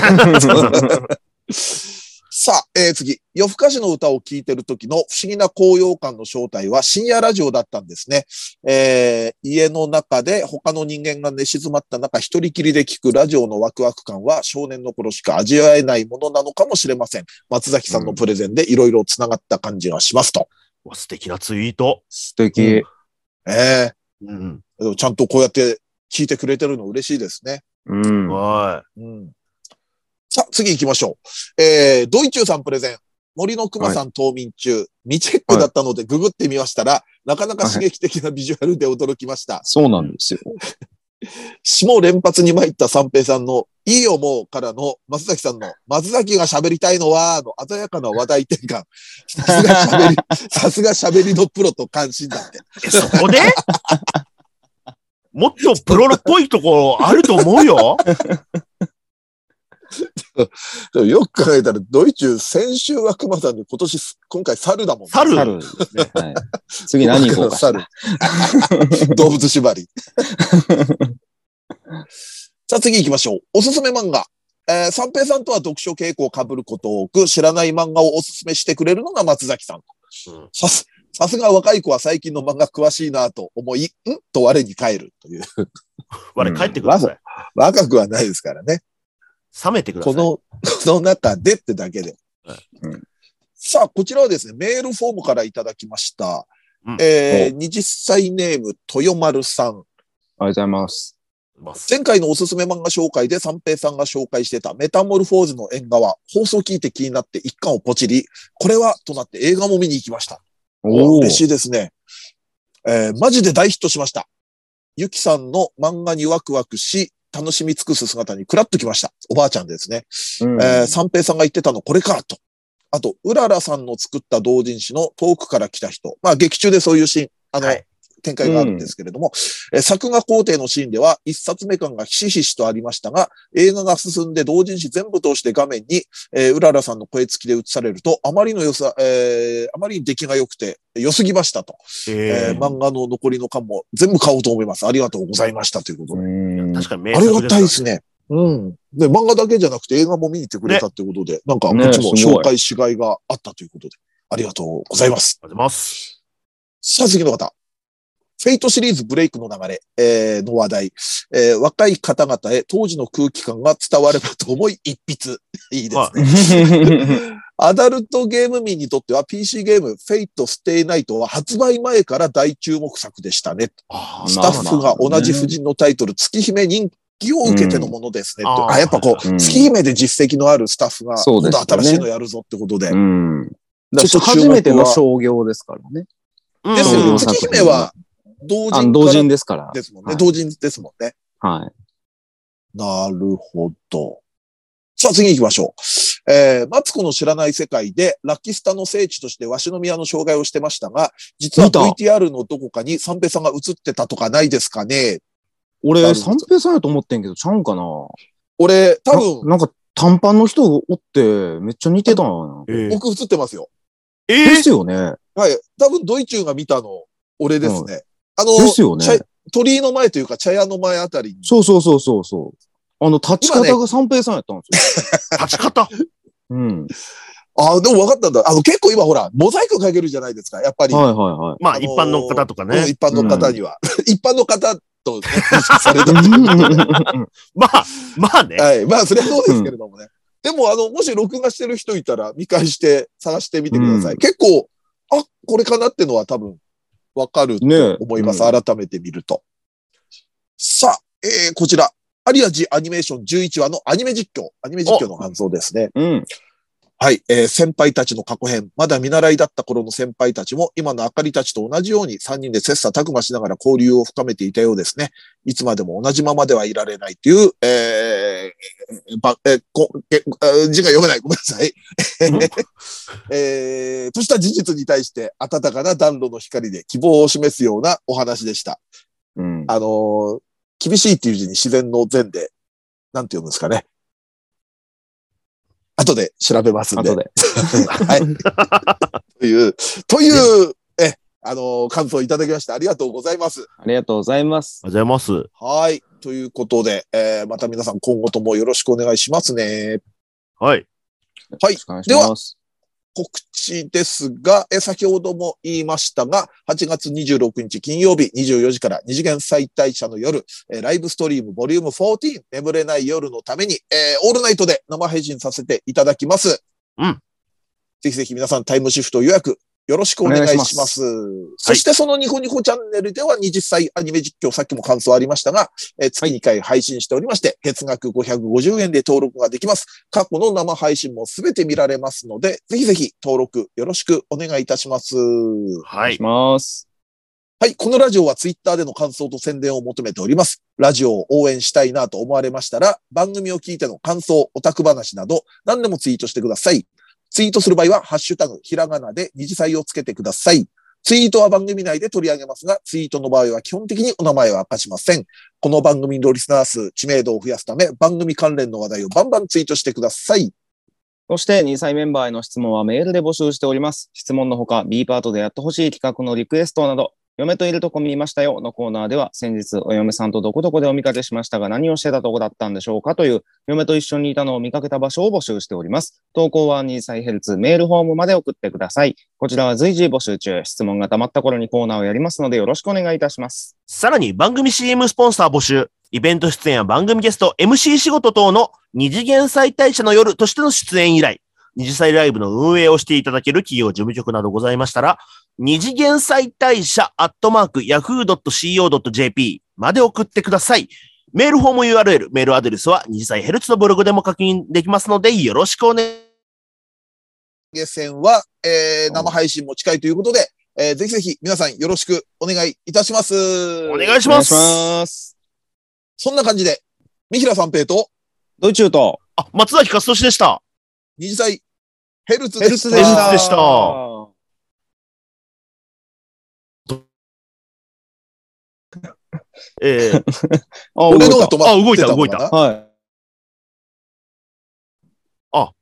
Speaker 1: さあ、えー次。夜更かしの歌を聴いてる時の不思議な高揚感の正体は深夜ラジオだったんですね。えー家の中で他の人間が寝静まった中、一人きりで聞くラジオのワクワク感は少年の頃しか味わえないものなのかもしれません。松崎さんのプレゼンでいろいろ繋がった感じがしますと。
Speaker 3: うわ素敵なツイート。
Speaker 2: 素敵。
Speaker 1: え
Speaker 3: うん。
Speaker 1: ーでもちゃんとこうやって聞いてくれてるの嬉しいですね。
Speaker 2: うん。
Speaker 3: は
Speaker 1: うんさあ、次行きましょう。えー、ドイチューさんプレゼン。森の熊さん冬眠中、未チェックだったのでググってみましたら、なかなか刺激的なビジュアルで驚きました。
Speaker 2: そうなんですよ。
Speaker 1: 下連発に参った三平さんの、いいよもうからの、松崎さんの、松崎が喋りたいのは、の鮮やかな話題転換。さすが喋 り、さすが喋りのプロと関心だって。
Speaker 3: い。えそこでもっとプロっぽいところあると思うよ。
Speaker 1: でもよく考えたら、ドイチュー先週は熊さんで今年す、今回猿だもんね、
Speaker 3: 猿
Speaker 2: 猿ですね。はい。次何行こう かしら。
Speaker 1: 猿動物縛り。さあ次行きましょう。おすすめ漫画。えー三平さんとは読書傾向を被ること多く、知らない漫画をおすすめしてくれるのが松崎さん。
Speaker 3: うん
Speaker 1: さす、さすが若い子は最近の漫画詳しいなと思い、んと我に返るという。
Speaker 3: 我、帰ってください。
Speaker 1: 若くはないですからね。
Speaker 3: 冷めてくださ
Speaker 1: こ
Speaker 3: い。
Speaker 1: の、この中でってだけで
Speaker 3: はい。
Speaker 2: うん
Speaker 1: さあ、こちらはですね、メールフォームからいただきました。
Speaker 3: うん
Speaker 1: えー、20歳ネーム、豊丸さん。
Speaker 2: ありがとうございます。
Speaker 3: ます
Speaker 1: 前回のおすすめ漫画紹介で三平さんが紹介してたメタモルフォーズの縁側、放送聞いて気になって一巻をポチり、これはとなって映画も見に行きました。
Speaker 2: お
Speaker 1: 嬉し
Speaker 2: ー。
Speaker 1: いですね。えーマジで大ヒットしました。ゆきさんの漫画にワクワクし、楽しみ尽くす姿にクラッときました。おばあちゃんですね。
Speaker 2: うん
Speaker 1: えー三平さんが言ってたのこれかと。あと、うららさんの作った同人誌の遠くから来た人。まあ、劇中でそういうシーン、あの、
Speaker 3: はい
Speaker 1: 展開があるんですけれども、えー作画工程のシーンでは一冊目感がひしひしとありましたが、映画が進んで同人誌全部通して画面に、えーうららさんの声付きで映されると、あまりの良さ、えーあまりに出来が良くて、良すぎましたと、
Speaker 3: え
Speaker 1: えー漫画の残りの巻も全部買おうと思います。ありがとうございましたということで。
Speaker 2: うん
Speaker 3: ー確かに名
Speaker 1: あ
Speaker 3: 作
Speaker 1: りがたい
Speaker 3: で
Speaker 1: ですすね。うん。で、漫画だけじゃなくて映画も見に行ってくれたってことで、なんかこっちも
Speaker 2: ねすごい
Speaker 1: 紹介しがいがあったということで、ありがとうございます。
Speaker 3: ありがとうございます。
Speaker 1: さあ、次の方。フェイトシリーズブレイクの流れ、えーの話題、えー若い方々へ当時の空気感が伝わればと思い一筆。 いいですね。
Speaker 3: はい
Speaker 1: アダルトゲーム民にとっては PC ゲーム、フェイトステイナイトは発売前から大注目作でしたね。
Speaker 3: あ
Speaker 1: スタッフが同じ婦人のタイトル、月姫人気を受けてのものですね。
Speaker 3: うん
Speaker 1: と
Speaker 3: あ
Speaker 1: あ
Speaker 3: ー
Speaker 1: やっぱこう、
Speaker 2: うん
Speaker 1: 月姫で実績のあるスタッフが、
Speaker 2: そう
Speaker 1: 今
Speaker 2: です
Speaker 1: 度
Speaker 2: よね
Speaker 1: 新しいのやるぞってことで。
Speaker 2: うん。だ
Speaker 1: ち
Speaker 2: か
Speaker 1: ょ
Speaker 2: ら
Speaker 1: っと注目は
Speaker 2: 初めての商業ですからね。
Speaker 3: ー
Speaker 1: ですよ
Speaker 3: う
Speaker 1: ね。
Speaker 3: ん
Speaker 2: そう
Speaker 1: 月姫は同
Speaker 2: あ
Speaker 1: 人
Speaker 2: 同
Speaker 1: から
Speaker 2: 人ですから。
Speaker 1: ですもん
Speaker 2: は
Speaker 1: ね。
Speaker 2: い
Speaker 1: 同人ですもんね。
Speaker 2: は
Speaker 1: なるほど。さあ、次行きましょう。えー、マツコの知らない世界で、ラキスタの聖地として、ワシの宮の障害をしてましたが、実は
Speaker 2: 見た
Speaker 1: VTR のどこかに三平さんが映ってたとかないですかね。
Speaker 2: い。
Speaker 1: な
Speaker 2: 俺、
Speaker 1: るほど
Speaker 2: 三平さんやと思ってんけど、ちゃうんかな
Speaker 1: 俺、多分、
Speaker 2: ななんか短パンの人おって、めっちゃ似てたな。
Speaker 3: えー
Speaker 1: 僕映ってますよ。
Speaker 3: え
Speaker 2: で
Speaker 3: ー
Speaker 2: すよね。
Speaker 1: はい。多分ドイチューが見たの、俺ですね。あの、
Speaker 2: ですよね。
Speaker 1: 茶鳥居の前というか茶屋の前あたりに。
Speaker 2: そうそうそうそうそう。あの、立ち方
Speaker 1: 今
Speaker 2: が三平さんやったんです
Speaker 3: 立ち方。
Speaker 2: よ。うん。
Speaker 1: ああ、でも分かったんだ。あの、結構今ほら、モザイクかけるじゃないですか。やっぱり、
Speaker 2: はいはいは
Speaker 3: まあ、
Speaker 1: あのー
Speaker 3: 一般の方とか
Speaker 1: うん
Speaker 3: ね。
Speaker 1: 一般の方には。 一般の方と、ね、認識され た
Speaker 2: い。
Speaker 3: まあ、まあね。
Speaker 1: はい。まあ、それはそうですけれどもね。でも、あの、もし録画してる人いたら、見返して探してみてください。
Speaker 2: うん
Speaker 1: 結構、あ、これかなってのは多分、わか ると
Speaker 2: ねえ
Speaker 1: 思います。
Speaker 2: うん
Speaker 1: 改めて見ると。さあ、えー、こちら。アリアジアニメーション11話のアニメ実況。アニメ実況の感想ですね。
Speaker 2: うん。
Speaker 1: はい。えー先輩たちの過去編。まだ見習いだった頃の先輩たちも、今のあかりたちと同じように3人で切磋琢磨しながら交流を深めていたようですね。いつまでも同じままではいられないという、えー、ば、えーこ、え、あ字が読めない。ごめんなさ い。えー、 とした事実に対して、温かな暖炉の光で希望を示すようなお話でした。
Speaker 2: うん。
Speaker 1: あのー厳しいっていう字に自然の善で、なんて読むんですかね。後で調べますんで
Speaker 2: 後。で。
Speaker 1: はい。という、という、え、あのー感想いただきましてありがとうございます。
Speaker 2: ありがとうございます。
Speaker 3: ありがとうございます。
Speaker 1: はい。ということで、えーまた皆さん今後ともよろしくお願いしますね。
Speaker 3: はい。
Speaker 1: はい
Speaker 2: よろしくお願いします。
Speaker 1: 告知ですが、え、先ほども言いましたが、8月26日金曜日24時から二次元再退社の夜、えーライブストリームボリューム14、眠れない夜のために、えーオールナイトで生配信させていただきます。
Speaker 3: うん。
Speaker 1: ぜひぜひ皆さんタイムシフト予約よろしくお願いします。そしてそのニコニコチャンネルでは20歳アニメ実況、さっきも感想ありましたが、えー月2回配信しておりまして、月額550円で登録ができます。過去の生配信もすべて見られますので、ぜひぜひ登録よろしくお願いいたします。
Speaker 2: お
Speaker 3: は
Speaker 2: 願い
Speaker 3: い
Speaker 2: し。ます。
Speaker 1: はい、このラジオはツイッターでの感想と宣伝を求めております。ラジオを応援したいなと思われましたら、番組を聞いての感想、オタク話など、何でもツイートしてください。ツイートする場合は、ハッシュタグ、ひらがなで二次祭をつけてください。ツイートは番組内で取り上げますが、ツイートの場合は基本的にお名前は明かしません。この番組のリスナー数、知名度を増やすため、番組関連の話題をバンバンツイートしてください。
Speaker 2: そして、2歳メンバーへの質問はメールで募集しております。質問のほか、B パートでやってほしい企画のリクエストなど、嫁といるとこ見ましたよのコーナーでは、先日、お嫁さんとどこどこでお見かけしましたが、何をしてたとこだったんでしょうかという、嫁と一緒にいたのを見かけた場所を募集しております。投稿は2歳ヘルツメールフォームまで送ってください。こちらは随時募集中。質問が溜まった頃にコーナーをやりますので、よろしくお願いいたします。
Speaker 3: さらに番組 CM スポンサー募集、イベント出演や番組ゲスト、MC 仕事等の二次元再退社の夜としての出演以来、二次祭ライブの運営をしていただける企業事務局などございましたら、二次元再退社アットマーク yahoo.co.jp まで送ってください。メールフォーム URL、メールアドレスは二次祭ヘルツのブログでも確認できますので、よろしくお願い
Speaker 1: ゲ戦は、えー、生配信も近いということで、えーぜひぜひ皆さんよろしくお願いいたします。
Speaker 3: お願いします。
Speaker 2: お願いします。
Speaker 1: そんな感じで、三平三平と
Speaker 2: ドイチューと
Speaker 3: あ、松崎勝利でした。
Speaker 1: 二次祭ヘルツ
Speaker 2: ヘ
Speaker 1: で
Speaker 2: ル
Speaker 1: し
Speaker 2: ツ
Speaker 1: た。
Speaker 2: でした。
Speaker 3: ヘルツでしたえー、
Speaker 2: あ、
Speaker 1: 俺の
Speaker 2: 動
Speaker 1: が
Speaker 2: い
Speaker 1: 止まって
Speaker 3: あ動い
Speaker 1: の
Speaker 3: た
Speaker 1: かな
Speaker 2: たはい。
Speaker 3: あ。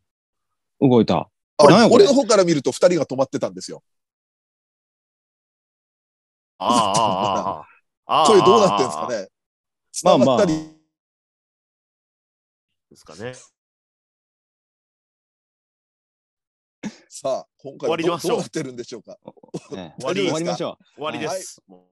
Speaker 2: 動 いた。
Speaker 1: あ
Speaker 2: なんやこ
Speaker 1: 俺
Speaker 2: れ
Speaker 1: の方から見ると二人が止まってたんですよ。
Speaker 3: ああああああ、
Speaker 1: それどうなってんですかね
Speaker 2: まあ
Speaker 1: 繋
Speaker 2: ま
Speaker 1: がった
Speaker 2: あ
Speaker 1: り、。
Speaker 3: ですかね。
Speaker 1: さあ、今
Speaker 3: 終
Speaker 1: 回
Speaker 3: わ
Speaker 1: は
Speaker 3: り
Speaker 1: ど
Speaker 3: ましょう
Speaker 1: どうなってるんでしょうか。
Speaker 2: ね
Speaker 3: 終わりですか
Speaker 2: 終わりましょう。
Speaker 3: 終わりです。もう